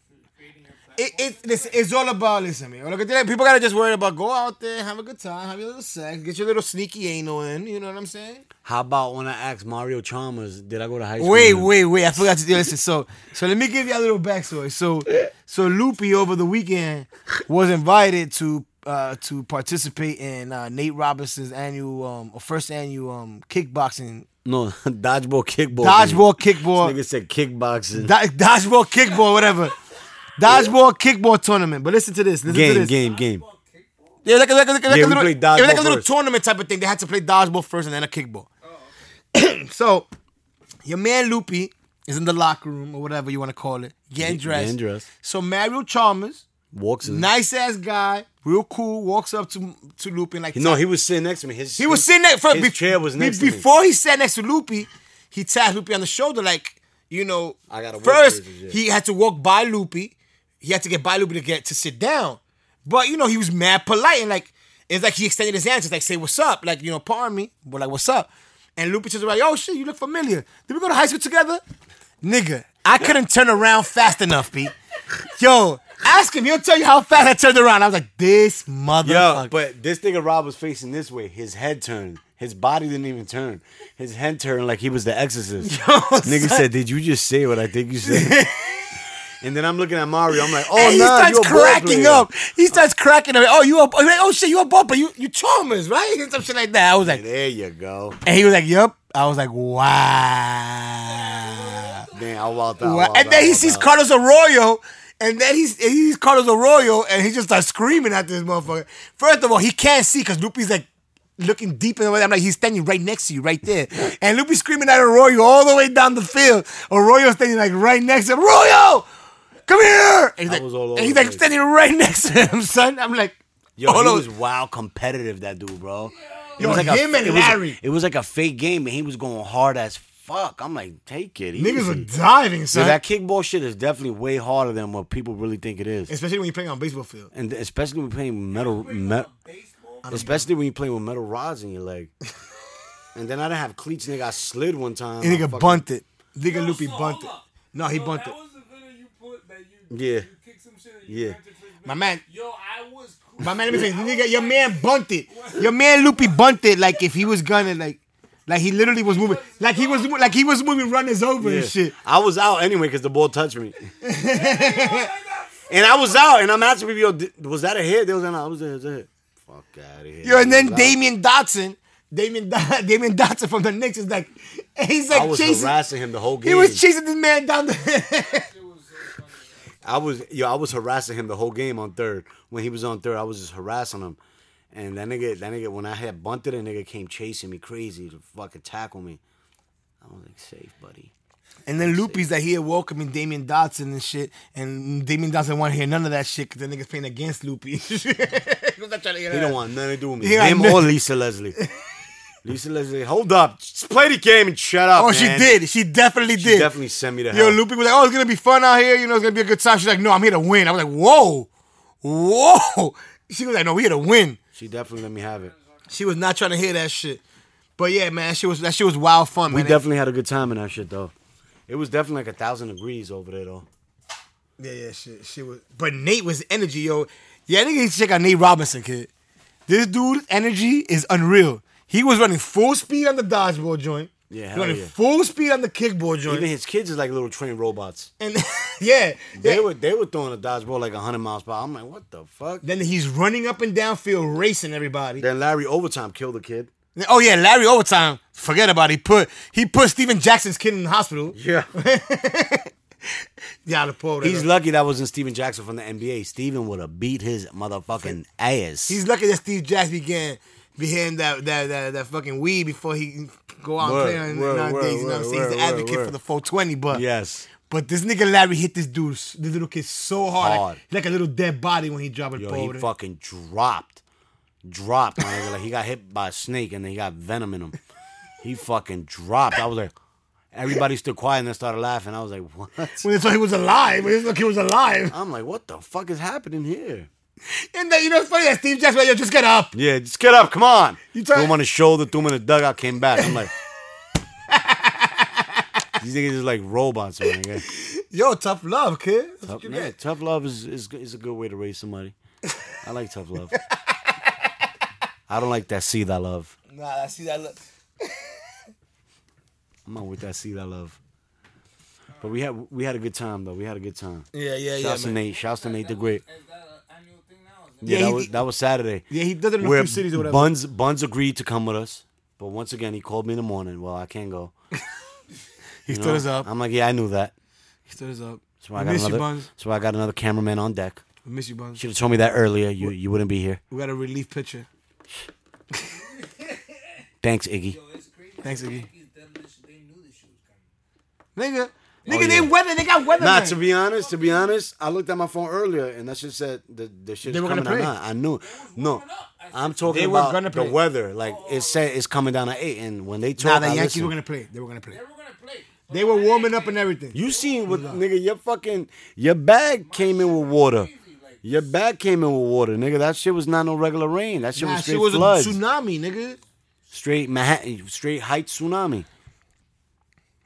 [SPEAKER 3] for creating your platform.
[SPEAKER 2] It, it listen, it's all about listen, man. Look at that. People gotta just worry about go out there, have a good time, have your little sex, get your little sneaky anal in. You know what I'm saying?
[SPEAKER 1] How about when I asked Mario Chalmers, did I go to high school?
[SPEAKER 2] Wait,
[SPEAKER 1] with him?
[SPEAKER 2] wait, wait. I forgot to do listen. So, so let me give you a little backstory. So, so Loopy over the weekend was invited to uh to participate in uh, Nate Robinson's annual um or first annual um kickboxing
[SPEAKER 1] No, dodgeball, kickball.
[SPEAKER 2] dodgeball
[SPEAKER 1] This
[SPEAKER 2] kickball
[SPEAKER 1] Nigga said kickboxing.
[SPEAKER 2] Do- dodgeball, kickball, whatever. Dodgeball, kickball tournament. But listen to this. Listen to
[SPEAKER 1] game,
[SPEAKER 2] this.
[SPEAKER 1] game, game.
[SPEAKER 2] Yeah, like, a- like, a- like, a- like
[SPEAKER 1] Yeah,
[SPEAKER 2] a
[SPEAKER 1] we
[SPEAKER 2] little,
[SPEAKER 1] played
[SPEAKER 2] it was like a
[SPEAKER 1] dodgeball
[SPEAKER 2] little
[SPEAKER 1] first.
[SPEAKER 2] tournament type of thing. They had to play dodgeball first and then a kickball.
[SPEAKER 1] Oh.
[SPEAKER 2] so, your man Loopy is in the locker room or whatever you want to call it, getting dressed.
[SPEAKER 1] getting dressed.
[SPEAKER 2] So Mario Chalmers,
[SPEAKER 1] Walks in.
[SPEAKER 2] nice ass guy, real cool, walks up to to Loopy and like
[SPEAKER 1] no, he was sitting next to me. His
[SPEAKER 2] he was sitting there for
[SPEAKER 1] his
[SPEAKER 2] be-
[SPEAKER 1] chair was
[SPEAKER 2] be-
[SPEAKER 1] next to me.
[SPEAKER 2] before he sat next to Loopy, he tapped Loopy on the shoulder like, you know,
[SPEAKER 1] I gotta walk
[SPEAKER 2] first
[SPEAKER 1] places, yeah.
[SPEAKER 2] he had to walk by Loopy. He had to get by Loopy to get to sit down. But you know, he was mad polite and like it's like he extended his hands, it's like say what's up, like you know, pardon me, but like what's up? And Loopy just like, oh shit, you look familiar. Did we go to high school together? Nigga, I couldn't turn around fast enough, Pete. Yo, ask him. He'll tell you how fast I turned around. I was like, this motherfucker.
[SPEAKER 1] Yo, but this nigga Rob was facing this way. His head turned. His body didn't even turn. His head turned like he was the exorcist. nigga said, Did you just say what I think you said? and then I'm looking at Mario. I'm like, Oh,
[SPEAKER 2] and he
[SPEAKER 1] nah, you
[SPEAKER 2] starts
[SPEAKER 1] a ball
[SPEAKER 2] cracking
[SPEAKER 1] player."
[SPEAKER 2] up. He starts cracking up. Oh, you a he's like, oh shit, you a bumper. You you Chalmers, right? And some shit like that. I was like,
[SPEAKER 1] There you go.
[SPEAKER 2] and he was like, yup. I was like, wow.
[SPEAKER 1] damn, I walked out.
[SPEAKER 2] Wow. And then he sees Carlos Arroyo, and then he's and he sees Carlos Arroyo, and he just starts screaming at this motherfucker. First of all, he can't see because Lupe's like looking deep in the way. I'm like, he's standing right next to you, right there. And Lupe's screaming at Arroyo all the way down the field. Arroyo's standing like right next to him. Arroyo, come here. And he's
[SPEAKER 1] I
[SPEAKER 2] like,
[SPEAKER 1] was all
[SPEAKER 2] and
[SPEAKER 1] over
[SPEAKER 2] he's
[SPEAKER 1] the
[SPEAKER 2] like
[SPEAKER 1] place.
[SPEAKER 2] standing right next to him, son. I'm like,
[SPEAKER 1] Yo,
[SPEAKER 2] all
[SPEAKER 1] he
[SPEAKER 2] over-
[SPEAKER 1] was wild competitive, that dude, bro. It
[SPEAKER 2] Yo,
[SPEAKER 1] was a-
[SPEAKER 2] him and
[SPEAKER 1] it was a-
[SPEAKER 2] Larry.
[SPEAKER 1] it was like a fake game, and he was going hard as fuck. I'm like, take it.
[SPEAKER 2] niggas
[SPEAKER 1] easy.
[SPEAKER 2] are diving,
[SPEAKER 1] Dude,
[SPEAKER 2] son.
[SPEAKER 1] that kickball shit is definitely way harder than what people really think it is,
[SPEAKER 2] Especially when you're playing on baseball field.
[SPEAKER 1] and especially when you're playing metal, me-
[SPEAKER 3] Baseball.
[SPEAKER 1] especially when you're playing with metal rods in your leg. and then I didn't have cleats, nigga. I slid one time.
[SPEAKER 2] And
[SPEAKER 1] I
[SPEAKER 2] nigga
[SPEAKER 1] fucking-
[SPEAKER 2] bunted. Nigga
[SPEAKER 3] Yo,
[SPEAKER 2] Loopy
[SPEAKER 3] so, uh,
[SPEAKER 2] bunted.
[SPEAKER 3] hold up.
[SPEAKER 2] No, he
[SPEAKER 3] So
[SPEAKER 2] bunted.
[SPEAKER 3] That was the video you put that you
[SPEAKER 1] Yeah.
[SPEAKER 3] You kick some shit and you
[SPEAKER 1] Yeah.
[SPEAKER 3] got your first
[SPEAKER 2] My
[SPEAKER 3] base.
[SPEAKER 2] man-
[SPEAKER 3] Yo, I was. Cool.
[SPEAKER 2] My man, let me say, nigga, your man bunted. Your man Loopy bunted like if he was gonna like, like he literally was moving, like he was mo- like he was moving runners over
[SPEAKER 1] Yeah.
[SPEAKER 2] and shit.
[SPEAKER 1] I was out anyway because the ball touched me. and I was out, and I'm asking people, yo, di- was that a hit? They was like, no, it was a hit. it was a hit." Fuck out of here.
[SPEAKER 2] Yo, and
[SPEAKER 1] I
[SPEAKER 2] then
[SPEAKER 1] was out.
[SPEAKER 2] Damian Dotson, Damian Do- Damian Dotson from the Knicks is like, he's
[SPEAKER 1] I
[SPEAKER 2] like
[SPEAKER 1] was
[SPEAKER 2] chasing.
[SPEAKER 1] harassing him the whole game.
[SPEAKER 2] He was chasing this man down the.
[SPEAKER 1] I was yo, I was harassing him the whole game on third. When he was on third, I was just harassing him. And that nigga, that nigga, when I had bunted, a nigga came chasing me crazy to fucking tackle me. I was like, safe, buddy.
[SPEAKER 2] and then Loopy's like here welcoming Damian Dotson and shit, and Damian Dotson want to hear none of that shit because the niggas playing against Loopy. I'm not trying to hear
[SPEAKER 1] He
[SPEAKER 2] that.
[SPEAKER 1] don't want nothing to do with me.
[SPEAKER 2] Yeah, I
[SPEAKER 1] Him
[SPEAKER 2] know.
[SPEAKER 1] or Lisa Leslie. Lisa Leslie, hold up, just play the game and shut up.
[SPEAKER 2] Oh,
[SPEAKER 1] man.
[SPEAKER 2] she did. She definitely
[SPEAKER 1] She
[SPEAKER 2] did.
[SPEAKER 1] definitely sent me to
[SPEAKER 2] Yo,
[SPEAKER 1] hell.
[SPEAKER 2] Loopy was like, "Oh, it's gonna be fun out here. You know, it's gonna be a good time." She's like, "No, I'm here to win." I was like, "Whoa, whoa." She was like, "No, we here to win."
[SPEAKER 1] she definitely let me have it.
[SPEAKER 2] She was not trying to hear that shit. But yeah, man, she was that shit was wild fun,
[SPEAKER 1] We
[SPEAKER 2] man.
[SPEAKER 1] definitely had a good time in that shit though. It was definitely like a thousand degrees over there though.
[SPEAKER 2] yeah, yeah, shit, she was. But Nate was energy, yo. Yeah, I think you should check out Nate Robinson, kid. This dude's energy is unreal. He was running full speed on the dodgeball joint.
[SPEAKER 1] Yeah, hell
[SPEAKER 2] running
[SPEAKER 1] yeah.
[SPEAKER 2] full speed on the kickball joint.
[SPEAKER 1] Even his kids is like little trained robots.
[SPEAKER 2] and yeah,
[SPEAKER 1] They
[SPEAKER 2] yeah.
[SPEAKER 1] were they were throwing a dodgeball like hundred miles per hour. I'm like, what the fuck?
[SPEAKER 2] Then he's running up and down field, racing everybody.
[SPEAKER 1] Then Larry overtime killed the kid.
[SPEAKER 2] Oh yeah, Larry overtime. Forget about it. He put he put Steven Jackson's kid in the hospital.
[SPEAKER 1] Yeah,
[SPEAKER 2] Yeah, the poor.
[SPEAKER 1] he's
[SPEAKER 2] He's,
[SPEAKER 1] lucky that wasn't Steven Jackson from the NBA. Steven would have beat his motherfucking ass.
[SPEAKER 2] he's lucky that Steve Jackson began began that that that, that fucking weed before he go out
[SPEAKER 1] Word,
[SPEAKER 2] and play
[SPEAKER 1] word,
[SPEAKER 2] on nowadays.
[SPEAKER 1] word,
[SPEAKER 2] you know what I'm saying?
[SPEAKER 1] word,
[SPEAKER 2] He's the
[SPEAKER 1] word,
[SPEAKER 2] advocate
[SPEAKER 1] word.
[SPEAKER 2] for the 420, but
[SPEAKER 1] yes,
[SPEAKER 2] but this nigga Larry hit this dude, s- this little kid, so hard,
[SPEAKER 1] Hard.
[SPEAKER 2] Like, like a little dead body when he dropped it.
[SPEAKER 1] yo,
[SPEAKER 2] forward.
[SPEAKER 1] he fucking dropped, dropped. My nigga. Like he got hit by a snake and then he got venom in him. He fucking dropped. I was like, everybody stood quiet and then started laughing. I was like, what?
[SPEAKER 2] when they thought he was alive, when they thought he was alive,
[SPEAKER 1] I'm like, what the fuck is happening here?
[SPEAKER 2] and then you know it's funny that Steve Jackson, like, yo, just get up.
[SPEAKER 1] Yeah, just get up. Come on.
[SPEAKER 2] You
[SPEAKER 1] You
[SPEAKER 2] try-
[SPEAKER 1] threw him on the shoulder, threw him in the dugout, came back. I'm like, these niggas is like robots, man. Yeah.
[SPEAKER 2] Yo, tough love, kid. That's
[SPEAKER 1] Tough,
[SPEAKER 2] what you
[SPEAKER 1] yeah,
[SPEAKER 2] get.
[SPEAKER 1] tough love is, is is a good way to raise somebody. I like tough love. I don't like that see that love.
[SPEAKER 2] Nah, I see that. Look.
[SPEAKER 1] I'm not with that see that love. But we had we had a good time though. We had a good time.
[SPEAKER 2] Yeah, yeah, yeah.
[SPEAKER 1] Shouts
[SPEAKER 2] man.
[SPEAKER 1] to Nate. Shouts to Nate the Great.
[SPEAKER 3] Is that an annual thing now? Is it-
[SPEAKER 1] Yeah,
[SPEAKER 2] Yeah,
[SPEAKER 1] that
[SPEAKER 2] he-
[SPEAKER 1] was that was Saturday.
[SPEAKER 2] Yeah, he does it in a
[SPEAKER 1] Where
[SPEAKER 2] few cities or whatever.
[SPEAKER 1] Buns Buns agreed to come with us, but once again he called me in the morning. Well, I can't go. You
[SPEAKER 2] he stood
[SPEAKER 1] know?
[SPEAKER 2] us up.
[SPEAKER 1] I'm like, yeah, I knew that.
[SPEAKER 2] he stood us up.
[SPEAKER 1] So I
[SPEAKER 2] we
[SPEAKER 1] got
[SPEAKER 2] miss
[SPEAKER 1] another.
[SPEAKER 2] you, Buns.
[SPEAKER 1] So I got another cameraman on deck.
[SPEAKER 2] We miss you, Buns.
[SPEAKER 1] Should have told me that earlier. You you wouldn't be here.
[SPEAKER 2] We got a relief picture.
[SPEAKER 1] Thanks, Iggy.
[SPEAKER 3] Yo, it's crazy.
[SPEAKER 2] Thanks, Iggy.
[SPEAKER 3] Yankees done this- They knew this shit was coming.
[SPEAKER 2] Nigga. Nigga,
[SPEAKER 1] Oh,
[SPEAKER 2] they
[SPEAKER 1] yeah.
[SPEAKER 2] weather. They got weather.
[SPEAKER 1] Nah, to be honest, to be honest, I looked at my phone earlier and that shit said the the shit
[SPEAKER 2] They
[SPEAKER 1] is
[SPEAKER 2] were
[SPEAKER 1] coming
[SPEAKER 2] gonna
[SPEAKER 1] down.
[SPEAKER 2] play.
[SPEAKER 1] nine. I knew. No, I'm talking
[SPEAKER 2] They were
[SPEAKER 1] about
[SPEAKER 2] gonna
[SPEAKER 1] the
[SPEAKER 2] play.
[SPEAKER 1] weather. Like it said, it's coming down at eight, and when they
[SPEAKER 2] nah,
[SPEAKER 1] told
[SPEAKER 2] the
[SPEAKER 1] I
[SPEAKER 2] Yankees
[SPEAKER 1] listened.
[SPEAKER 2] were gonna play. They were gonna play.
[SPEAKER 3] They were gonna play.
[SPEAKER 2] They were warming up and everything.
[SPEAKER 1] You seen what nigga? Your fucking your bag came in with water. Your bag came in with water, nigga. That shit was not no regular rain. That shit
[SPEAKER 2] Nah,
[SPEAKER 1] was straight
[SPEAKER 2] shit was
[SPEAKER 1] floods,
[SPEAKER 2] a tsunami, nigga.
[SPEAKER 1] straight Manhattan, straight height tsunami.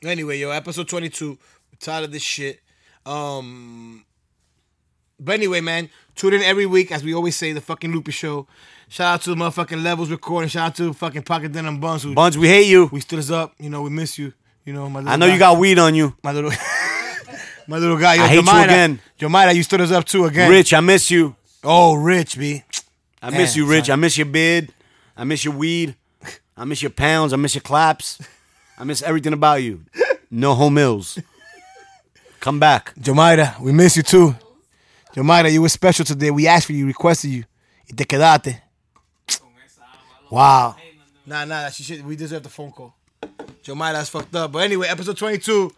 [SPEAKER 2] Anyway, yo, episode 22. We're tired of this shit. Um But anyway, man, tune in every week, as we always say, the fucking Loopy Show. Shout out to the motherfucking Levels Recording. Shout out to fucking Pocket Denim Buns who
[SPEAKER 1] Buns, we hate you.
[SPEAKER 2] we stood us up. You know, we miss you. You know, my
[SPEAKER 1] I know you got weed on you.
[SPEAKER 2] my little my little guy. Yo,
[SPEAKER 1] I hate you
[SPEAKER 2] Jemida,
[SPEAKER 1] again.
[SPEAKER 2] Jemida, you stood us up too again.
[SPEAKER 1] Rich, I miss you.
[SPEAKER 2] Oh, Rich, B.
[SPEAKER 1] I miss
[SPEAKER 2] Man,
[SPEAKER 1] you, Rich. I miss your bid. I miss your weed. I miss your pounds. I miss your claps. I miss everything about you. No home meals. Come back.
[SPEAKER 2] Jamaida, we miss you too. Jamaida, you were special today. We asked for you, requested you. Y te quedaste. Wow. Nah, nah, she should. We deserve the phone call. Jamaida, that's fucked up. But anyway, episode 22.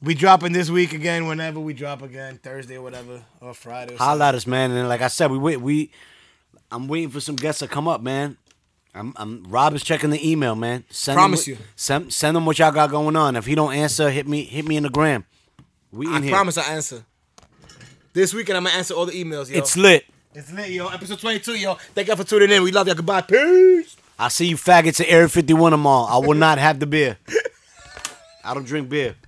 [SPEAKER 2] We dropping this week again, whenever we drop again, Thursday or whatever, or Friday. Or something.
[SPEAKER 1] Holla at us, man. And like I said, we wait. We, I'm waiting for some guests to come up, man. I'm, I'm Rob is checking the email, man. Send him
[SPEAKER 2] Promise
[SPEAKER 1] what-
[SPEAKER 2] you.
[SPEAKER 1] Send, send him what y'all got going on. If he don't answer, hit me hit me in the gram. We in
[SPEAKER 2] I
[SPEAKER 1] here.
[SPEAKER 2] promise I answer. This weekend, I'm going to answer all the emails, yo.
[SPEAKER 1] It's lit.
[SPEAKER 2] it's lit, yo. Episode 22, yo. Thank y'all for tuning in. We love y'all. Goodbye. Peace.
[SPEAKER 1] I see you faggots at Area 51 tomorrow. I will not have the beer. I don't drink beer.